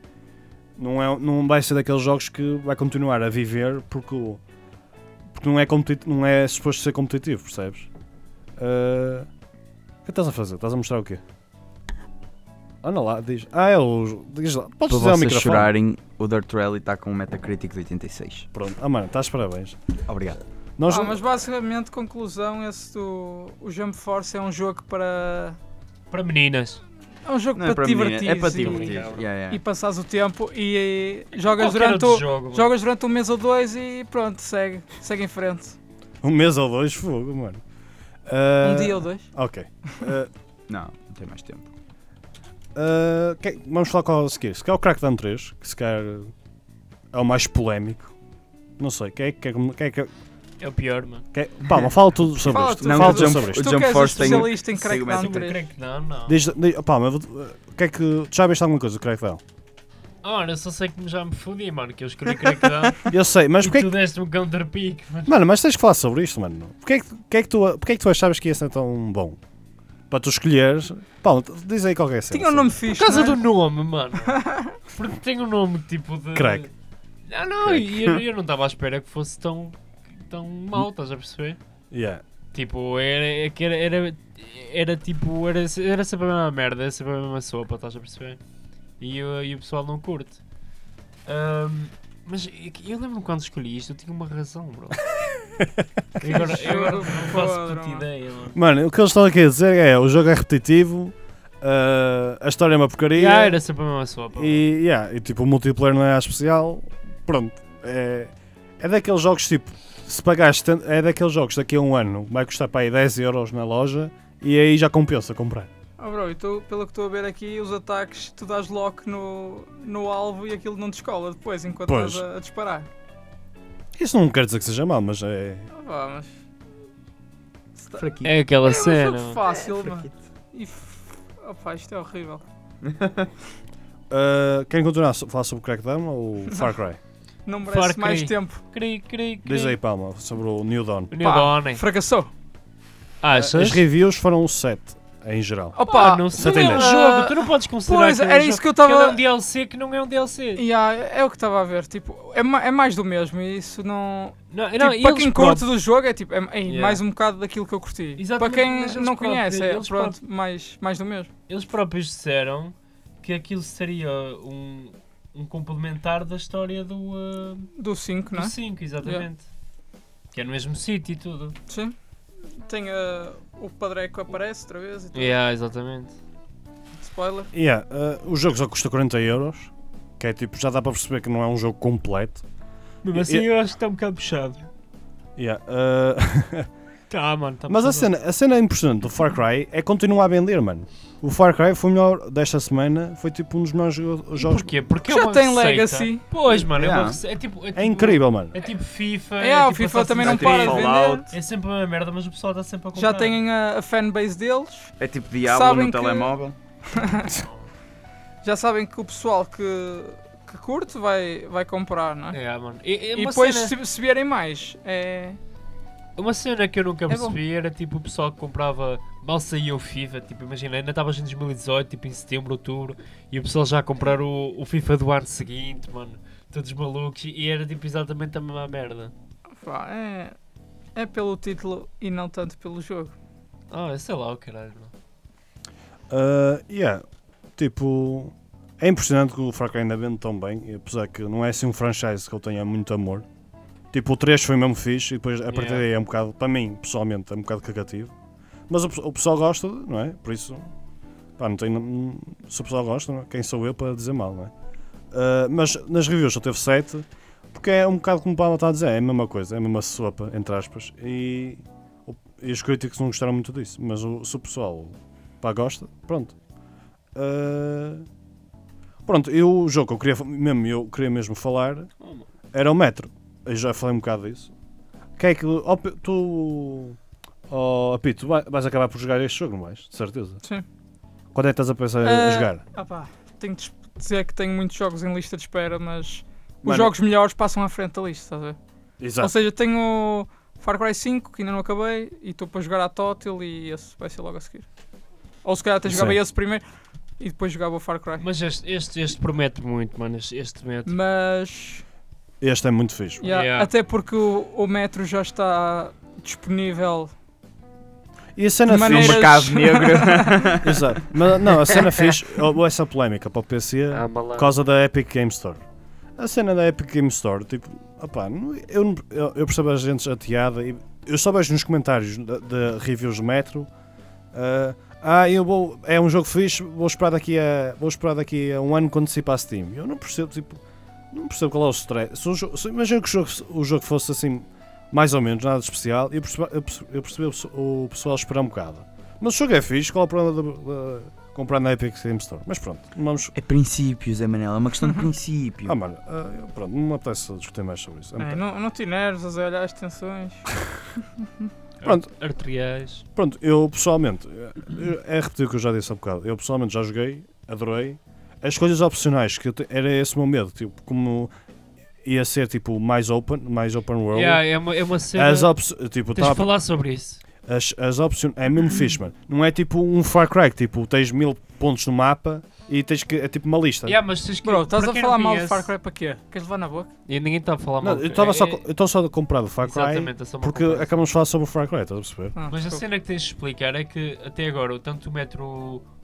Speaker 2: não, é, não vai ser daqueles jogos que vai continuar a viver porque, o- porque não, é competi- não é suposto ser competitivo, percebes? Ah, o que estás a fazer? Estás a mostrar o quê? Anda lá, diz. Ah, é o. Diz lá. Podes
Speaker 5: Para
Speaker 2: dizer ao
Speaker 5: vocês
Speaker 2: microfone.
Speaker 5: chorarem, o Dirt Rally está com um Metacritic de 86.
Speaker 2: Pronto, ah, mano, estás de parabéns.
Speaker 5: Obrigado.
Speaker 2: Nós,
Speaker 4: Ah, mas basicamente, conclusão, esse do... O Jump Force é um jogo para...
Speaker 3: Para meninas.
Speaker 4: É um jogo
Speaker 5: Não é
Speaker 4: para,
Speaker 5: para
Speaker 4: te
Speaker 5: menina,
Speaker 4: divertir.
Speaker 5: é para
Speaker 4: e-
Speaker 5: divertir.
Speaker 3: e-
Speaker 5: Yeah, yeah.
Speaker 4: E passares o tempo e, e jogas
Speaker 3: Qualquer
Speaker 4: durante
Speaker 3: outro
Speaker 4: o...
Speaker 3: jogo, mano.
Speaker 4: Jogas durante um mês ou dois e pronto, segue, segue em frente.
Speaker 2: um mês ou dois, fogo, mano. Ah,
Speaker 4: Um dia ou dois.
Speaker 2: Ok. Ah,
Speaker 5: Não, não tem mais tempo.
Speaker 2: ah, quem- vamos falar qual a seguir. Se calhar o Crackdown 3, que se calhar é o mais polémico. Não sei, quem é que. Quem é que
Speaker 3: É o pior, mano.
Speaker 2: quem é- Pá, mas fala tudo sobre
Speaker 4: Fala
Speaker 2: isto.
Speaker 4: tudo.
Speaker 2: fala
Speaker 4: Não,
Speaker 2: tudo
Speaker 4: Jump-
Speaker 2: sobre isto.
Speaker 5: o
Speaker 4: tu
Speaker 5: Jump
Speaker 4: que és
Speaker 5: Force tem-
Speaker 4: especialista em
Speaker 5: segue o
Speaker 4: Crackdown
Speaker 5: método.
Speaker 4: 3.
Speaker 3: Crackdown, não.
Speaker 2: Diz, diz, opá, mas o que é que. Tu já viste alguma coisa do Crackdown?
Speaker 3: Ora, Ah, eu só sei que já me fodi, mano, que eu escolhi Crackdown
Speaker 2: Eu sei, mas
Speaker 3: e
Speaker 2: porquê é
Speaker 3: tu
Speaker 2: que.
Speaker 3: deste-me um counterpick, mano.
Speaker 2: Mano, mas tens que falar sobre isto, mano. Porquê é que, porquê é que, tu, porquê é que tu achavas que ia ser tão bom? Para tu escolheres. Pá, diz aí qualquer cena.
Speaker 4: Tinha um nome fixe.
Speaker 3: Por causa
Speaker 4: não
Speaker 3: do
Speaker 4: é?
Speaker 3: nome,
Speaker 4: (laughs)
Speaker 3: mano. Porque tem um nome tipo de.
Speaker 2: Crack.
Speaker 3: Não, não, e eu, eu não estava à espera que fosse tão, tão mal, estás a perceber?
Speaker 2: Yeah.
Speaker 3: Tipo, era, é que era, era, era tipo, era, era sempre a mesma merda, era sempre a mesma sopa, estás a perceber? E, o- e o pessoal não curte. Ahm, mas eu lembro-me quando escolhi isto, eu tinha uma razão, bro.
Speaker 2: (laughs)
Speaker 3: E agora, eu agora não faço
Speaker 4: podre,
Speaker 3: puta
Speaker 4: mano.
Speaker 3: ideia, mano.
Speaker 2: Mano, o que eles estão aqui a dizer é o jogo é repetitivo, ah, a história é uma porcaria
Speaker 3: Ah, era sempre a mesma sopa.
Speaker 2: e, yeah, e tipo o multiplayer não é nada especial. Pronto, é, é daqueles jogos tipo, se pagares, tan- é daqueles jogos daqui a um ano vai custar para aí 10 euros na loja e aí já compensa comprar.
Speaker 4: Oh, bro, e tu, pelo que estou a ver aqui, os ataques, tu dás lock no, no alvo e aquilo não descola depois, enquanto
Speaker 2: Pois.
Speaker 4: estás a, a disparar.
Speaker 2: Isso não quer dizer que seja mal, mas é.
Speaker 4: Ah, vá, mas... Se tá-
Speaker 5: Fraquinho.
Speaker 3: É aquela
Speaker 4: É um
Speaker 3: cena.
Speaker 4: jogo
Speaker 3: mano.
Speaker 4: fácil, mano. E... f- Opa, isto é horrível.
Speaker 2: Ah, querem continuar a so- falar sobre o Crackdown ou Far Cry?
Speaker 4: Não
Speaker 3: Far
Speaker 4: merece
Speaker 3: Cry.
Speaker 4: mais tempo.
Speaker 3: Cri, cri, cri.
Speaker 2: Diz aí, Palma, sobre o New Dawn.
Speaker 3: O
Speaker 4: Pá,
Speaker 3: Nilone.
Speaker 4: Fracassou.
Speaker 2: As
Speaker 3: Achas?
Speaker 2: reviews foram 7 em geral.
Speaker 4: Opa,
Speaker 3: Ah, não sei.
Speaker 2: tem
Speaker 3: Não é um
Speaker 2: dez.
Speaker 3: jogo, tu não podes considerar
Speaker 4: pois,
Speaker 3: que é um
Speaker 4: era
Speaker 3: jogo,
Speaker 4: isso que eu tava-
Speaker 3: que ele é um DLC que não é um DLC.
Speaker 4: Yeah, é o que estava a ver, tipo, é, ma- é mais do mesmo e isso não...
Speaker 3: Não,
Speaker 4: Tipo,
Speaker 3: não, e
Speaker 4: para
Speaker 3: eles
Speaker 4: quem curte
Speaker 3: próprios-
Speaker 4: do jogo é tipo, é, é
Speaker 3: Yeah.
Speaker 4: mais um bocado daquilo que eu curti.
Speaker 3: Exatamente,
Speaker 4: para
Speaker 3: mas
Speaker 4: quem
Speaker 3: eles
Speaker 4: não
Speaker 3: próprios-
Speaker 4: conhece, é
Speaker 3: eles
Speaker 4: pronto, mais, mais do mesmo.
Speaker 3: Eles próprios disseram que aquilo seria um, um complementar da história do, ah,
Speaker 4: Do 5, não
Speaker 3: do
Speaker 4: é?
Speaker 3: 5, exatamente. Que é no mesmo sítio e tudo.
Speaker 4: Sim. Tem ah, o Padreco aparece outra vez e tudo.
Speaker 3: Yeah, exatamente.
Speaker 4: Spoiler.
Speaker 2: Yeah, uh, o jogo só custa 40 euros, que é tipo, já dá para perceber que não é um jogo completo.
Speaker 3: Mesmo
Speaker 2: assim,
Speaker 3: eu acho que está um bocado puxado.
Speaker 2: Yeah, uh,
Speaker 3: Tá, mano, tá
Speaker 2: Mas a
Speaker 3: passado.
Speaker 2: cena, a cena impressionante do Far Cry é continuar a vender, mano. O Far Cry foi o melhor desta semana, foi tipo um dos melhores jo- jogos.
Speaker 3: Porquê? Porque é
Speaker 4: Já
Speaker 3: uma
Speaker 4: tem
Speaker 3: receita.
Speaker 4: Legacy.
Speaker 3: Pois, mano, é, uma
Speaker 5: Yeah.
Speaker 3: rece- é tipo. É, tipo
Speaker 2: É incrível, mano.
Speaker 3: É tipo FIFA.
Speaker 4: É,
Speaker 3: tipo
Speaker 4: o FIFA também não
Speaker 3: Assassin's
Speaker 4: para de
Speaker 3: Creed.
Speaker 4: vender.
Speaker 1: Fallout.
Speaker 3: É sempre uma merda, mas o pessoal está sempre a comprar.
Speaker 4: Já têm a, a fanbase deles.
Speaker 1: É tipo Diablo
Speaker 4: Sabem
Speaker 1: no
Speaker 4: que-
Speaker 1: telemóvel.
Speaker 4: Já sabem que o pessoal que, que curte vai, vai comprar, não é?
Speaker 3: É, mano. E, e
Speaker 4: E
Speaker 3: uma
Speaker 4: depois,
Speaker 3: cena-
Speaker 4: se, se vierem mais, é.
Speaker 3: Uma cena que eu nunca
Speaker 4: bom.
Speaker 3: percebi era tipo o pessoal que comprava. Mal saiu o FIFA, tipo, imagina, ainda estavas em 2018, tipo em setembro, outubro, e o pessoal já a comprar o, o FIFA do ano seguinte, mano. Todos malucos, e era tipo exatamente a mesma merda.
Speaker 4: pá, é. É pelo título e não tanto pelo jogo.
Speaker 3: Ah, sei lá o caralho, mano.
Speaker 2: Uh, yeah. Tipo, é impressionante que o Far Cry ainda vende tão bem, e apesar que não é assim um franchise que eu tenha muito amor. Tipo, o 3 foi mesmo fixe, e depois a partir
Speaker 3: Yeah.
Speaker 2: daí é um bocado, para mim, pessoalmente, é um bocado cagativo. Mas o, pe- o pessoal gosta, não é? Por isso, pá, não tenho. Se o pessoal gosta, não é? quem sou eu para dizer mal, não é? Uh, mas nas reviews só teve 7, porque é um bocado como o Paulo está a dizer, é a mesma coisa, é a mesma sopa, entre aspas, e, o- e os críticos não gostaram muito disso. Mas o, se o pessoal pá, gosta, pronto. Uh, pronto, eu, o jogo que eu queria, fa- mesmo, eu queria mesmo falar era o Metro. Eu já falei um bocado disso. Que é que. ó, P- tu. Oh, Apito, tu vai- vais acabar por jogar este jogo, não vais? De certeza.
Speaker 4: Sim.
Speaker 2: Quando é que estás a pensar em
Speaker 4: Ah,
Speaker 2: jogar?
Speaker 4: Ah, pá, tenho de es- dizer que tenho muitos jogos em lista de espera, mas os
Speaker 2: Mano.
Speaker 4: jogos melhores passam à frente da lista, estás a ver? Ou
Speaker 2: Exato.
Speaker 4: seja, tenho Far Cry 5, que ainda não acabei, e estou para jogar a Totil e esse vai ser logo a seguir. Ou se calhar até jogava
Speaker 2: Sim.
Speaker 4: esse primeiro e depois jogava o Far Cry.
Speaker 3: Mas este, este, este promete muito, mano. Este, este promete.
Speaker 4: Mas
Speaker 2: Este é muito fixe.
Speaker 4: yeah,
Speaker 3: Yeah.
Speaker 4: até porque o, o Metro já está disponível.
Speaker 2: E a cena
Speaker 4: De
Speaker 2: fixe.
Speaker 5: No
Speaker 4: maneiras-
Speaker 5: um mercado
Speaker 4: (laughs)
Speaker 5: negro.
Speaker 2: Exato. Mas, não, a cena fixe, ou essa polémica para o é PC,
Speaker 4: Hum.
Speaker 3: Ah,
Speaker 2: por
Speaker 3: malandro.
Speaker 2: causa da Epic Game Store. A cena da Epic Game Store, tipo, opá, não- eu, não- eu, eu percebo a gente chateada e eu só vejo nos comentários da- de, reviews do Metro. ah, ah, eu vou. É um jogo fixe, vou esperar daqui a. Vou esperar daqui a um ano quando se para a Steam. Eu não percebo, tipo. Não percebo qual é o stress. Se o jo- se- imagina que o jogo, o jogo fosse assim, mais ou menos, nada de especial, eu percebo, eu perce- eu percebo o pessoal- o pessoal esperar um bocado. Mas o jogo é fixe, qual é o problema de, de comprar na Epic Game Store? Mas pronto, não vamos
Speaker 5: É princípios, é Manela, é uma questão de
Speaker 3: Uhum.
Speaker 5: princípio.
Speaker 2: ah, mano, ah, eu- pronto, não me apetece discutir mais sobre isso. É um
Speaker 4: É,
Speaker 2: bocado-
Speaker 4: não, não te enerves a olhar as tensões.
Speaker 2: Pronto.
Speaker 3: Arteriais.
Speaker 2: Pronto, eu pessoalmente, eu- é repetir o que eu já disse há bocado, eu pessoalmente já joguei, adorei. As coisas opcionais, que eu te- era esse o meu medo, tipo, como ia ser tipo mais open, mais open world.
Speaker 3: Yeah, é, uma, é uma cena.
Speaker 2: As opções, tipo,
Speaker 3: Tens de
Speaker 2: tava-
Speaker 3: falar sobre isso.
Speaker 2: as, as opções, é mesmo fixe, mano. Não é tipo um Far Cry, que, tipo, tens mil pontos no mapa e tens que, é tipo uma lista.
Speaker 3: Yeah, mas tens que,
Speaker 4: Bro, estás
Speaker 3: para
Speaker 4: a
Speaker 3: quem
Speaker 4: falar
Speaker 3: não
Speaker 4: mal de
Speaker 3: conhece-
Speaker 4: Far Cry para quê? Queres levar na boca?
Speaker 3: E ninguém está a falar mal.
Speaker 2: Não, eu
Speaker 3: de-
Speaker 2: estava só,
Speaker 3: é-
Speaker 2: co- eu estou só a comprar o Far Cry
Speaker 3: Exatamente, é só uma
Speaker 2: porque
Speaker 3: comparação.
Speaker 2: acabamos de falar sobre o Far Cry, estás a perceber?
Speaker 4: Ah,
Speaker 3: Mas a
Speaker 4: desculpa.
Speaker 3: cena que tens de explicar é que até agora, o tanto o Metro,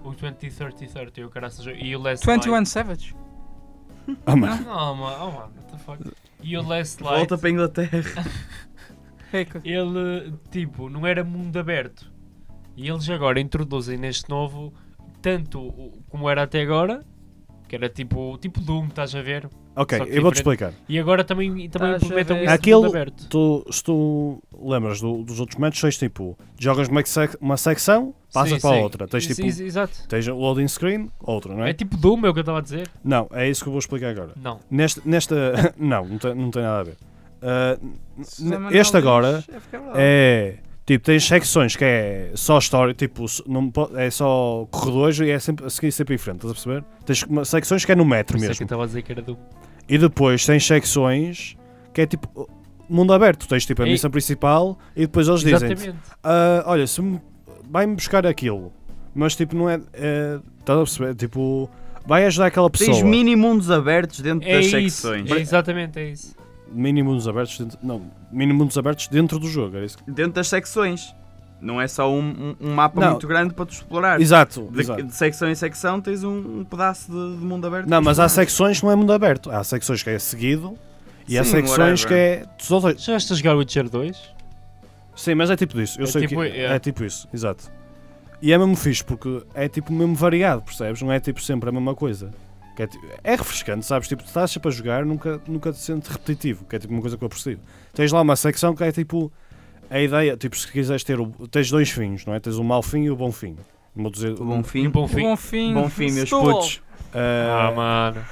Speaker 3: o 2030 e o caraças, e o Last
Speaker 4: 21 Savage.
Speaker 2: Ah, mano.
Speaker 3: Light. Não, mano, oh, mano, what the fuck. E o Last Light,
Speaker 5: Volta para a Inglaterra.
Speaker 4: Rico.
Speaker 3: ele, tipo, não era mundo aberto. E eles agora introduzem neste novo, tanto o- como era até agora, que era tipo, tipo Doom, estás a ver?
Speaker 2: Ok,
Speaker 3: Só que
Speaker 2: eu vou-te
Speaker 3: diferente.
Speaker 2: explicar.
Speaker 3: E agora também, e também
Speaker 4: Estás a
Speaker 3: implementam
Speaker 4: ver.
Speaker 3: isso de
Speaker 2: Aquele-
Speaker 3: mundo aberto.
Speaker 2: Tu, se tu lembras do- dos outros momentos, tens tipo, jogas uma, sec- uma secção, passas
Speaker 3: Sim,
Speaker 2: para
Speaker 3: sim.
Speaker 2: outra. Tens tipo,
Speaker 3: Isso- isso- Exato.
Speaker 2: tens o loading screen, outra, não é?
Speaker 3: É tipo Doom, é o que eu estava a dizer?
Speaker 2: Não, é isso que eu vou explicar agora.
Speaker 3: Não. é
Speaker 2: Neste, nesta. (laughs) não, não tem, não tem nada a ver. Ah, n-
Speaker 4: Susana
Speaker 2: n-
Speaker 4: Manuel
Speaker 2: este agora
Speaker 4: diz, É porque é verdade.
Speaker 2: é. Tipo, tens secções que é só história, tipo, s- não, po- é só corredores e é sempre, a seguir sempre em frente, estás a perceber? Tens uma- secções que é no
Speaker 3: Por
Speaker 2: metro
Speaker 3: isso é que eu
Speaker 2: mesmo.
Speaker 3: estava a dizer que era Doom.
Speaker 2: E depois tens secções que é tipo mundo aberto. Tens tipo a
Speaker 3: E-
Speaker 2: missão principal e depois eles dizem
Speaker 3: Exatamente.
Speaker 2: Ah, olha, se me- vai-me buscar aquilo, mas tipo, não é. é estás a perceber? Tipo, vai ajudar aquela pessoa.
Speaker 5: Tens mini mundos abertos dentro
Speaker 3: É
Speaker 5: das
Speaker 3: isso,
Speaker 5: secções.
Speaker 3: é exatamente, é isso.
Speaker 2: Mini mundos abertos dentro. Não, mini mundos abertos dentro do jogo. Era isso que...
Speaker 5: Dentro das secções. Não é só um, um- um mapa
Speaker 2: Não.
Speaker 5: muito grande para tu explorar.
Speaker 2: Exato,
Speaker 5: Ah, De,
Speaker 2: exato.
Speaker 5: de secção em secção tens um, um pedaço de, de mundo aberto.
Speaker 2: Não,
Speaker 5: para
Speaker 2: mas há
Speaker 5: explorar.
Speaker 2: secções que não é mundo aberto. Há secções que é seguido e há
Speaker 5: Sim,
Speaker 2: secções
Speaker 5: whatever.
Speaker 2: que é. tu só tens-
Speaker 3: Já estás a jogar Witcher 2?
Speaker 2: Sim, mas é tipo disso. Eu
Speaker 3: É
Speaker 2: sei
Speaker 3: tipo-
Speaker 2: que
Speaker 3: é.
Speaker 2: é tipo isso, exato. E é mesmo fixe porque é tipo mesmo variado, percebes? Não é tipo sempre a mesma coisa. Que é, ti- é refrescante, sabes? Tipo, tu estás sempre a jogar, nunca, nunca te sentes repetitivo, que é tipo uma coisa que eu aprecio. Tens lá uma secção que é tipo a ideia, tipo, se quiseres ter o, tens dois fins, não é? Tens o mau fim e o bom fim. Vou dizer,
Speaker 5: O bom
Speaker 3: E
Speaker 5: fim.
Speaker 3: um bom fim.
Speaker 4: Bom fim.
Speaker 5: Bom fim, meus
Speaker 4: Setúbal.
Speaker 5: putos.
Speaker 2: ah,
Speaker 3: Ah, mano.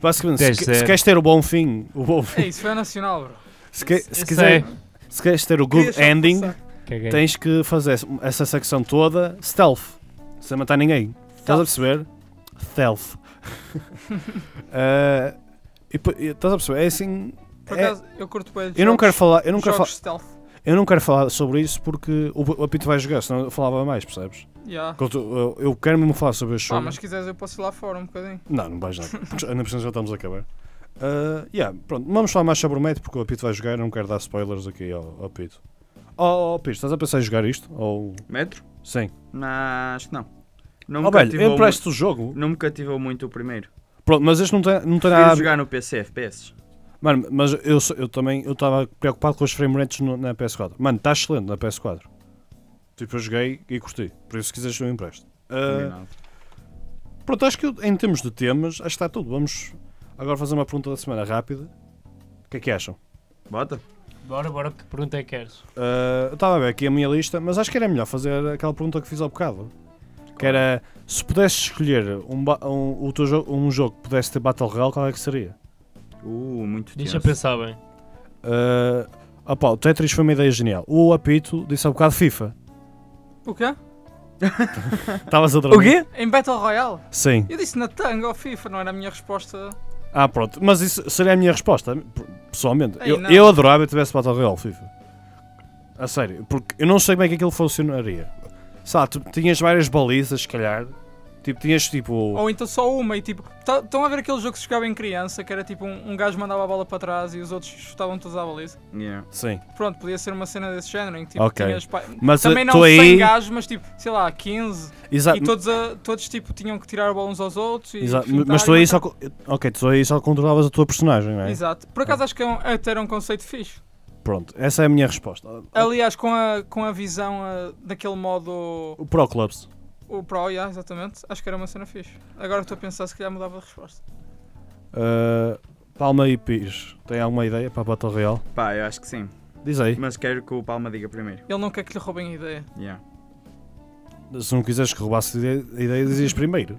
Speaker 2: basicamente,
Speaker 3: Dez
Speaker 2: se, que- se
Speaker 3: zero.
Speaker 2: queres ter o bom fim, o bom fim
Speaker 4: É isso, foi nacional, bro.
Speaker 2: se, que-
Speaker 3: Eu
Speaker 2: se, quiser,
Speaker 3: sei.
Speaker 2: se queres ter o
Speaker 4: Queria
Speaker 2: good
Speaker 4: só
Speaker 2: ending,
Speaker 4: passar.
Speaker 3: Caguei.
Speaker 2: tens que fazer essa secção toda stealth, sem matar ninguém. Estás a perceber?
Speaker 4: (laughs)
Speaker 2: Stealth. Ah, e po- e Estás a perceber? É assim.
Speaker 4: Por
Speaker 2: é-
Speaker 4: acaso, eu curto bem.
Speaker 2: eu não quero falar, eu não quero,
Speaker 4: jogos
Speaker 2: fa-
Speaker 4: stealth.
Speaker 2: eu não quero falar sobre isso porque o, o apito vai jogar, senão eu falava mais, percebes?
Speaker 4: Yeah.
Speaker 2: Porque Eu, eu quero mesmo falar sobre este
Speaker 4: Ah,
Speaker 2: jogo.
Speaker 4: mas se quiseres eu posso ir lá fora um bocadinho.
Speaker 2: Não, não
Speaker 4: (laughs)
Speaker 2: vais nada. Porque Ainda por cima já estamos a acabar. Ah, yeah, pronto, vamos falar mais sobre o Mete porque o Apito vai jogar. eu Não quero dar spoilers aqui ao, ao Pito. Oh, oh, Pito, estás a pensar em jogar isto? Ou.
Speaker 5: Metro?
Speaker 2: Sim.
Speaker 5: Não, acho que não. Não me
Speaker 2: Oh, velho,
Speaker 5: cativou
Speaker 2: eu empresto o jogo.
Speaker 5: mu- Não me cativou muito o primeiro.
Speaker 2: Pronto, mas este não tem, não tem
Speaker 5: Prefiro
Speaker 2: nada. a ver-
Speaker 5: jogar no PC, FPS.
Speaker 2: Mano, mas eu, sou- eu também eu estava preocupado com os frame rates no- na PS4. Mano, está excelente na PS4. Tipo, eu joguei e curti. Por isso, se quiseres, eu empresto. Ah,
Speaker 5: Combinado.
Speaker 2: Pronto, acho que eu- em termos de temas, acho que está tudo. Vamos agora fazer uma pergunta da semana rápida. O que é que acham?
Speaker 5: Bota.
Speaker 3: Bora, bora, que pergunta é que queres?
Speaker 2: Ah, eu estava a ver aqui a minha lista, mas acho que era melhor fazer aquela pergunta que fiz há bocado. Que era, se pudesses escolher um, ba- um, o teu jo- um jogo que pudesse ter Battle Royale, qual é que seria?
Speaker 5: Uh, muito
Speaker 3: Deixa
Speaker 5: tenso.
Speaker 3: pensar bem.
Speaker 2: Ah, opá, o Tetris foi uma ideia genial. O Apito disse há bocado FIFA.
Speaker 4: O quê?
Speaker 2: Estavas a dormir?
Speaker 4: Em Battle Royale?
Speaker 2: Sim.
Speaker 4: Eu disse na tanga ou FIFA, não era a minha resposta.
Speaker 2: Ah, pronto. Mas isso seria a minha resposta, p- pessoalmente.
Speaker 4: Ei,
Speaker 2: eu,
Speaker 4: não.
Speaker 2: eu adorava que tivesse Battle Royale FIFA. A sério, porque eu não sei como é que aquilo funcionaria. Sabe, tu tinhas várias balizas, se calhar. Tipo, tinhas tipo.
Speaker 4: Ou então só uma e tipo. tá- Estão a ver aquele jogo que se jogava em criança, que era tipo um, um gajo mandava a bola para trás e os outros chutavam todos à baliza?
Speaker 5: Yeah.
Speaker 2: Sim.
Speaker 4: Pronto, podia ser uma cena desse género em que tipo
Speaker 2: Ok.
Speaker 4: tinhas. pa-
Speaker 2: Mas
Speaker 4: Também
Speaker 2: eu-
Speaker 4: não
Speaker 2: tu
Speaker 4: 100
Speaker 2: aí. Tá,
Speaker 4: gajos, mas tipo, sei lá, 15.
Speaker 2: Exato.
Speaker 4: E todos, a- todos tipo tinham que tirar a bola uns aos outros. E
Speaker 2: Exato,
Speaker 4: fintar
Speaker 2: mas tu
Speaker 4: e
Speaker 2: aí só.
Speaker 4: marcar.
Speaker 2: co- Ok, tu aí só controlavas a tua personagem, não é?
Speaker 4: Exato. Por acaso acho que é um, até era um conceito fixe.
Speaker 2: Pronto, essa é a minha resposta.
Speaker 4: Aliás, com a, com a visão ah, daquele modo
Speaker 2: O Pro Clubs.
Speaker 4: o Pro, yeah, exatamente, acho que era uma cena fixe. Agora que estou a pensar, se calhar mudava de resposta.
Speaker 2: Ah, Palma e Pires, tem alguma ideia para Battle Royale?
Speaker 5: Pá, eu acho que sim.
Speaker 2: Diz aí.
Speaker 5: Mas quero que o Palma diga primeiro.
Speaker 4: Ele não quer que lhe roubem a ideia.
Speaker 5: Yeah.
Speaker 2: Se não quiseres que roubasse a ideia- a ideia, dizias primeiro.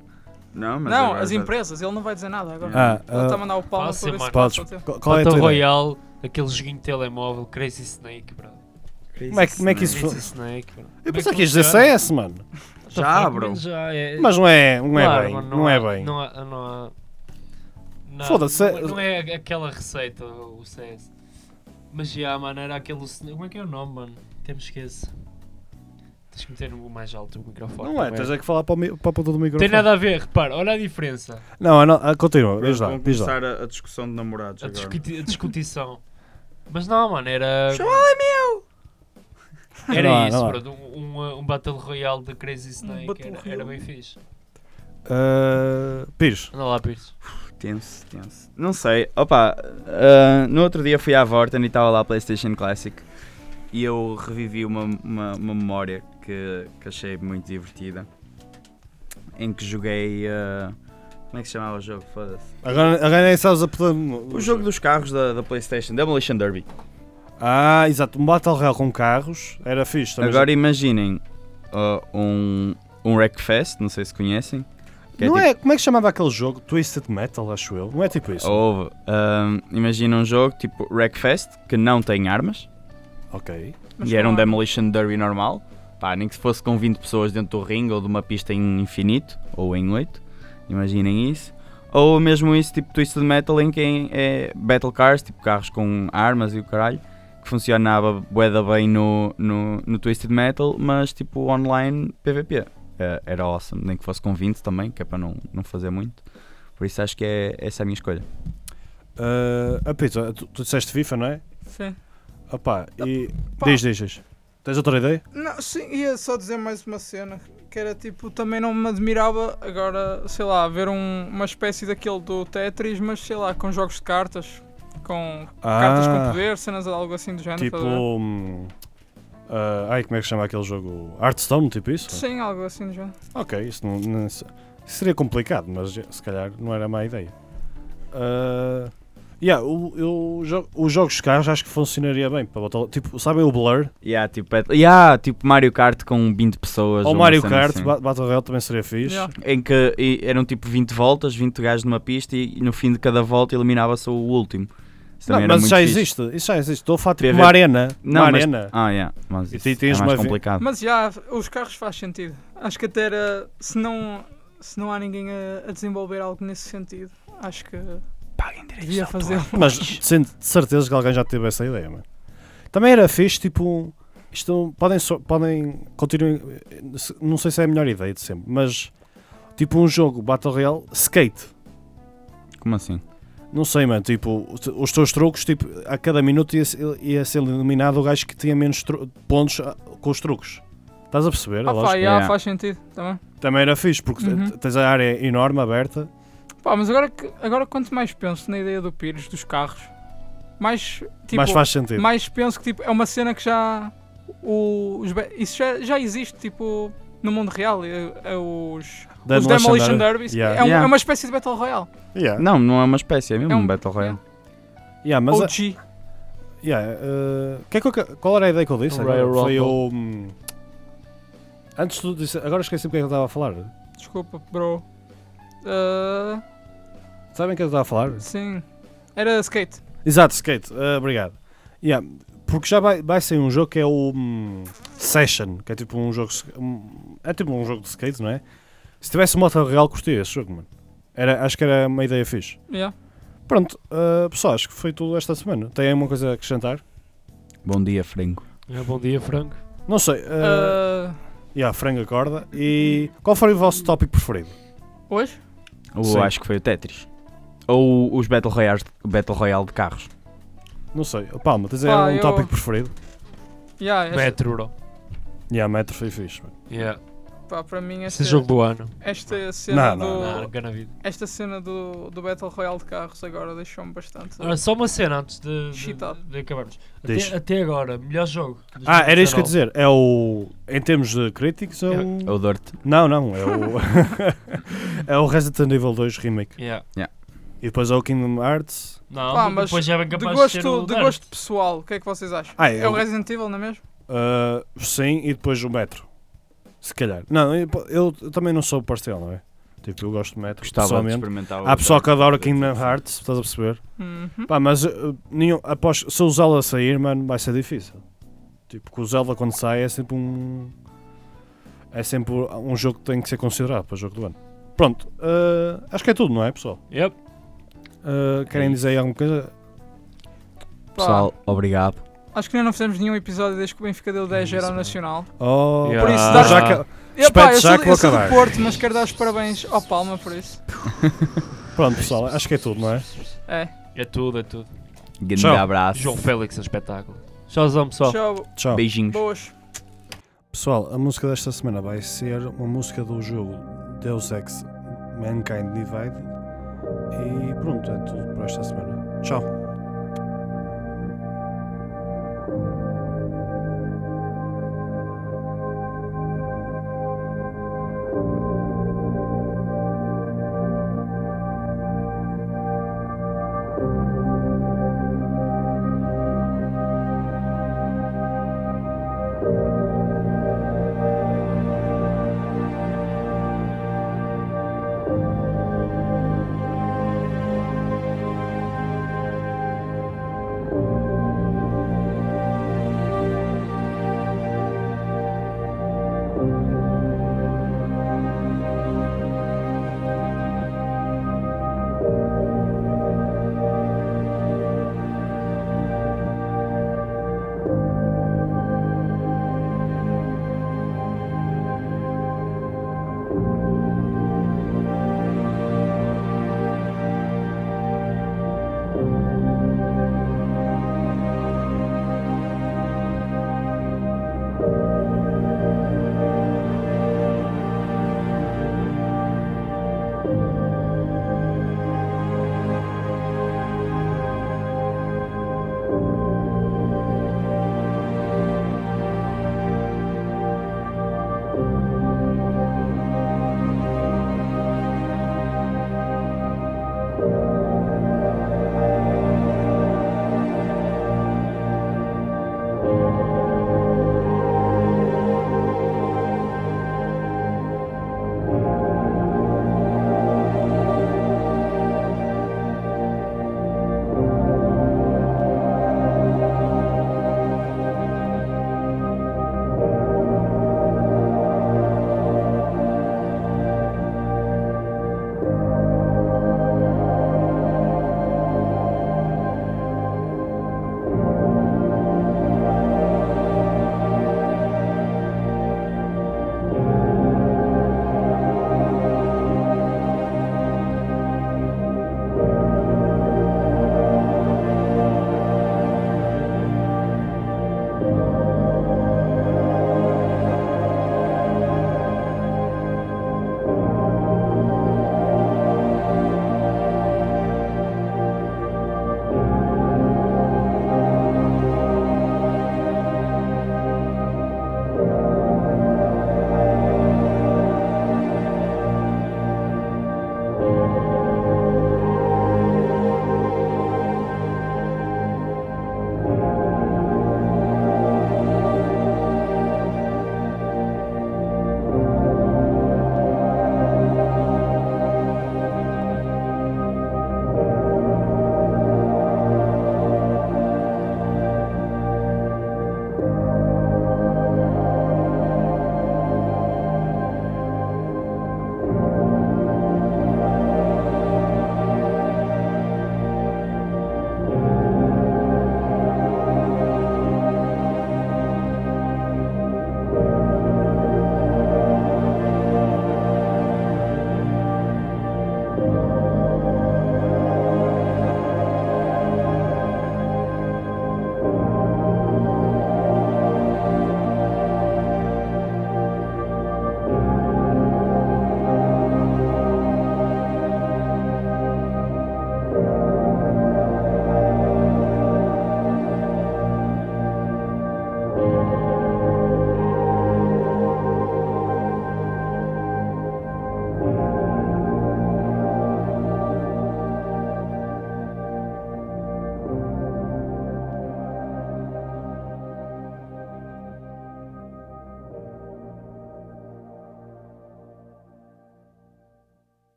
Speaker 5: Não, mas
Speaker 4: não,
Speaker 5: agora
Speaker 4: as
Speaker 5: já-
Speaker 4: empresas, ele não vai dizer nada agora.
Speaker 2: Ah,
Speaker 4: ele está a
Speaker 2: ah,
Speaker 4: mandar o palma
Speaker 3: Fácil,
Speaker 4: para ver se
Speaker 3: mano.
Speaker 2: podes.
Speaker 4: passa o tempo.
Speaker 2: Qual, qual é a tua
Speaker 3: Battle
Speaker 2: ideia?
Speaker 3: Royale, aquele joguinho de telemóvel, Crazy Snake, bro.
Speaker 2: Como é que- como é que isso
Speaker 3: Crazy Snake, bro. Como é
Speaker 2: Eu pensava que ias dizer
Speaker 3: funciona?
Speaker 2: CS, mano.
Speaker 3: What the
Speaker 5: Já,
Speaker 3: fuck,
Speaker 5: bro.
Speaker 3: man, Tá Já é.
Speaker 2: Mas não é, não é
Speaker 3: Claro,
Speaker 2: bem.
Speaker 3: mano,
Speaker 2: não, é
Speaker 3: há-
Speaker 2: bem.
Speaker 3: Não há. Não há não,
Speaker 2: Foda-se,
Speaker 3: não,
Speaker 2: é-
Speaker 3: não é aquela receita, o CS. Mas já, mano, era aquele. sn- Como é que é o nome, mano? Até me esqueço. Tens que meter no mais alto o microfone.
Speaker 2: Não é,
Speaker 3: também.
Speaker 2: tens é que falar para, o mi- para a ponta do microfone.
Speaker 3: Tem nada a ver, repara, olha a diferença.
Speaker 2: Não, é não ah, continua,
Speaker 5: Vamos
Speaker 2: diz lá. Diz lá.
Speaker 5: começar a, a discussão de namorados
Speaker 3: A,
Speaker 5: agora.
Speaker 3: discuti a discutição. Mas não, mano, era. Era
Speaker 2: é Não há,
Speaker 3: isso,
Speaker 2: não há. Um
Speaker 3: bro. Um, um, uh, um Battle Royale de Crazy Snake.
Speaker 4: Battle
Speaker 3: era, era
Speaker 4: Royale.
Speaker 3: bem fixe.
Speaker 2: Ah, Pires,
Speaker 3: Anda lá, Pires.
Speaker 5: Tenso, tenso. Não sei. Opa, ah, no outro dia fui à Vorten e estava lá a PlayStation Classic e eu revivi uma, uma, uma memória que, que achei muito divertida em que joguei. ah, como é que se chamava o jogo? Foda-se.
Speaker 2: agora, agora é nem sabes a poder...
Speaker 5: O jogo dos carros da, da PlayStation, Demolition Derby.
Speaker 2: Ah, exato, um Battle Royale com carros era fixe. também.
Speaker 5: Agora imaginem ah, um, um Wreckfest, não sei se conhecem. que
Speaker 2: não
Speaker 5: tipo- Oh.
Speaker 2: é, como é que chamava aquele jogo? Twisted Metal, acho eu. Não é tipo isso?
Speaker 5: Houve. ah, imagina um jogo tipo Wreckfest que não tem armas.
Speaker 2: Ok.
Speaker 4: Mas
Speaker 5: e era um
Speaker 4: não é.
Speaker 5: demolition derby normal. Pá, nem que se fosse com 20 pessoas dentro do ringue ou de uma pista em infinito ou em 8. Imaginem isso. Ou mesmo isso, tipo Twisted Metal, em que é Battle Cars, tipo carros com armas e o caralho, que funcionava bué da bem no, no, no Twisted Metal, mas tipo online PVP. Eh, era awesome, nem que fosse com 20 também, que é para não, não fazer muito. Por isso acho que é essa é a minha escolha.
Speaker 2: Ah, ah, Pito, tu, tu disseste FIFA, não é?
Speaker 4: Sim.
Speaker 2: Ah pá, e...
Speaker 4: Tá. Pá.
Speaker 2: Diz, diz, diz. Tens outra ideia?
Speaker 4: Não, sim, ia só dizer mais uma cena. Que era tipo, também não me admirava agora, sei lá, ver um- uma espécie daquele do Tetris, mas sei lá, com jogos de cartas. Com
Speaker 5: Ah.
Speaker 4: cartas com poder, cenas algo assim do género.
Speaker 2: Ah, Tipo.
Speaker 4: estás a ver?
Speaker 2: hum, ah, ai, como é que chama aquele jogo? Hearthstone, tipo isso?
Speaker 4: Sim, algo assim do género.
Speaker 2: Ok, isso não, não- isso seria complicado, mas se calhar não era má ideia. Ah, Yeah, o, eu, jo- os jogos de carros acho que funcionaria bem. Para botar, tipo, sabem o Blur?
Speaker 5: Yeah, tipo, é- yeah, tipo Mario Kart com 20 pessoas.
Speaker 2: Ou
Speaker 5: uma
Speaker 2: Mario
Speaker 5: cena
Speaker 2: Kart,
Speaker 5: assim.
Speaker 2: Ba- Battle Royale também seria fixe.
Speaker 4: Yeah.
Speaker 5: em que e- eram tipo 20 voltas, 20 gajos numa pista e, e no fim de cada volta eliminava-se o último. Isso
Speaker 2: Não,
Speaker 5: também era
Speaker 2: mas
Speaker 5: muito
Speaker 2: já
Speaker 5: fixe.
Speaker 2: existe, isso já existe. Estou a falar tipo
Speaker 5: Deve
Speaker 2: uma
Speaker 5: haver-
Speaker 2: arena.
Speaker 5: Não,
Speaker 2: uma
Speaker 5: mas-
Speaker 2: arena.
Speaker 5: Ah, yeah, mas
Speaker 2: E
Speaker 5: isso
Speaker 2: tem- tens
Speaker 5: é mais
Speaker 2: uma vi-
Speaker 5: complicado.
Speaker 4: Mas já, os carros faz sentido. Acho que até era. Se não, se não há ninguém a, a desenvolver algo nesse sentido, acho que devia fazê-lo.
Speaker 2: Mas sim, de certeza que alguém já teve essa ideia, mano. Também era fixe, tipo. Isto podem. só- podem continuem, não sei se é a melhor ideia de sempre, mas. Tipo um jogo Battle Royale skate.
Speaker 5: Como assim?
Speaker 2: Não sei, mano. Tipo, os te- os teus truques, tipo, a cada minuto ia, se- ia ser eliminado o gajo que tinha menos tru- pontos ah, com os truques. Estás a perceber?
Speaker 4: Ah,
Speaker 2: Eu acho
Speaker 4: pá,
Speaker 2: que
Speaker 4: já,
Speaker 5: Yeah.
Speaker 4: faz sentido tá também.
Speaker 2: Também era fixe, porque
Speaker 4: Uhum.
Speaker 2: t- tens a área enorme, aberta.
Speaker 4: Pá, mas agora, que- agora quanto mais penso na ideia do Pires, dos carros, mais, tipo,
Speaker 2: mas faz sentido.
Speaker 4: mais penso que tipo, é uma cena que já. o- os be- isso já, já existe, tipo, no mundo real. É, é os, os Demolition Derbies.
Speaker 2: Yeah.
Speaker 4: É, um-
Speaker 5: Yeah.
Speaker 4: é uma espécie de Battle Royale.
Speaker 2: Yeah.
Speaker 5: Não, não é uma espécie, é mesmo
Speaker 4: É um-
Speaker 5: um Battle Royale.
Speaker 2: Yeah, mas a-
Speaker 4: OG.
Speaker 2: Yeah, eh, que é que eu- qual era a ideia que eu disse? agora?
Speaker 3: Railroad.
Speaker 2: Foi o. hum, Antes de tudo disse, agora esqueci porque é que eu estava a falar.
Speaker 4: Desculpa, bro. Ah,
Speaker 2: Sabem o que é que eu estava a falar?
Speaker 4: sim. Era skate.
Speaker 2: Exato, skate, eh, obrigado. Yeah, porque já vai, vai sair um jogo que é o hum, Session, que é tipo um jogo. de- um- é tipo um jogo de skate, não é? Se tivesse uma moto real, curtia esse jogo, mano. Era, acho que era uma ideia fixe.
Speaker 4: Yeah.
Speaker 2: Pronto, eh, pessoal, acho que foi tudo esta semana. Tem alguma coisa a acrescentar?
Speaker 5: Bom dia, Franco.
Speaker 3: Ah, bom dia, Franco.
Speaker 2: Não sei. eh,
Speaker 4: Ah,
Speaker 2: yeah, frango acorda. E qual foi o vosso tópico preferido?
Speaker 4: hoje?
Speaker 5: Ou
Speaker 2: Sim.
Speaker 5: acho que foi o Tetris. Ou os Battle Royales Battle Royale de carros.
Speaker 2: Não sei. Palma, tens aí
Speaker 4: Pá,
Speaker 2: um
Speaker 4: eu-
Speaker 2: tópico preferido?
Speaker 4: Yeah, esta-
Speaker 3: Metro, bro.
Speaker 2: E yeah, a Metro foi fixe. mano.
Speaker 3: Yeah.
Speaker 4: pá, para mim,
Speaker 3: Esse
Speaker 4: esta,
Speaker 3: é jogo do ano.
Speaker 4: esta cena,
Speaker 2: Não, não,
Speaker 4: do,
Speaker 3: Não, engana a vida.
Speaker 4: esta cena do, do Battle Royale de carros agora deixou-me bastante.
Speaker 3: Ora, só uma cena antes de, de,
Speaker 4: Shit up.
Speaker 3: de acabarmos. Até,
Speaker 2: Deixa.
Speaker 3: até agora, melhor jogo. de
Speaker 2: Ah, era isso que eu ia dizer.
Speaker 3: 2019.
Speaker 2: É o. Em termos de críticos, é
Speaker 3: Yeah.
Speaker 2: o.
Speaker 5: Ou Dirt.
Speaker 2: Não, não. É o. (laughs) é o Resident Evil 2 Remake.
Speaker 3: Yeah.
Speaker 2: E depois é o Kingdom Hearts.
Speaker 3: Não,
Speaker 4: Pá,
Speaker 3: de-
Speaker 4: mas
Speaker 3: depois já vem
Speaker 4: de
Speaker 3: capaz de, ser
Speaker 4: gosto,
Speaker 3: o
Speaker 4: de
Speaker 3: Dirt.
Speaker 4: gosto pessoal, o que é que vocês acham?
Speaker 2: Ah,
Speaker 4: é
Speaker 2: eu-
Speaker 4: o Resident Evil, não é mesmo?
Speaker 2: Ah, sim, e depois o Metro. Se calhar. Não, eu, eu- eu também não sou parcial, não é? Tipo, eu gosto do Metro.
Speaker 5: Gostava de
Speaker 2: pessoalmente.
Speaker 5: experimentar o
Speaker 2: Há pessoal que
Speaker 5: Dirt.
Speaker 2: adora o Kingdom Hearts, estás a perceber?
Speaker 4: Uhum.
Speaker 2: Pá, mas eh, nenhum, após, se o Zelda sair, mano, vai ser difícil. Tipo, que o Zelda quando sai é sempre um. É sempre um jogo que tem que ser considerado para o jogo do ano. Pronto, eh, acho que é tudo, não é, pessoal?
Speaker 3: Yep.
Speaker 2: Eh, querem dizer aí alguma coisa?
Speaker 4: Pá,
Speaker 5: Pessoal, obrigado.
Speaker 4: acho que ainda não fizemos nenhum episódio desde que o Benfica deu 10 era ao
Speaker 3: Isso,
Speaker 4: Nacional.
Speaker 2: Oh,
Speaker 3: Yeah.
Speaker 4: Por isso,
Speaker 2: ah,
Speaker 4: dá-
Speaker 2: já que-
Speaker 4: E, pá,
Speaker 2: Espeto já
Speaker 4: eu sou,
Speaker 2: que
Speaker 4: eu
Speaker 2: vou
Speaker 4: sou do
Speaker 2: acabar.
Speaker 4: Porto, mas quero dar os parabéns ao Palma por isso.
Speaker 2: Pronto, pessoal, acho que é tudo, não é?
Speaker 4: É.
Speaker 3: É tudo, é tudo.
Speaker 5: Grande
Speaker 2: Tchau.
Speaker 5: abraço.
Speaker 3: João Félix é um espetáculo. Tchauzão, pessoal.
Speaker 4: Tchau,
Speaker 2: Tchau.
Speaker 5: Beijinhos.
Speaker 4: boas.
Speaker 2: Pessoal, a música desta semana vai ser uma música do jogo Deus Ex Mankind Divided. E pronto, é tudo para esta semana. Tchau.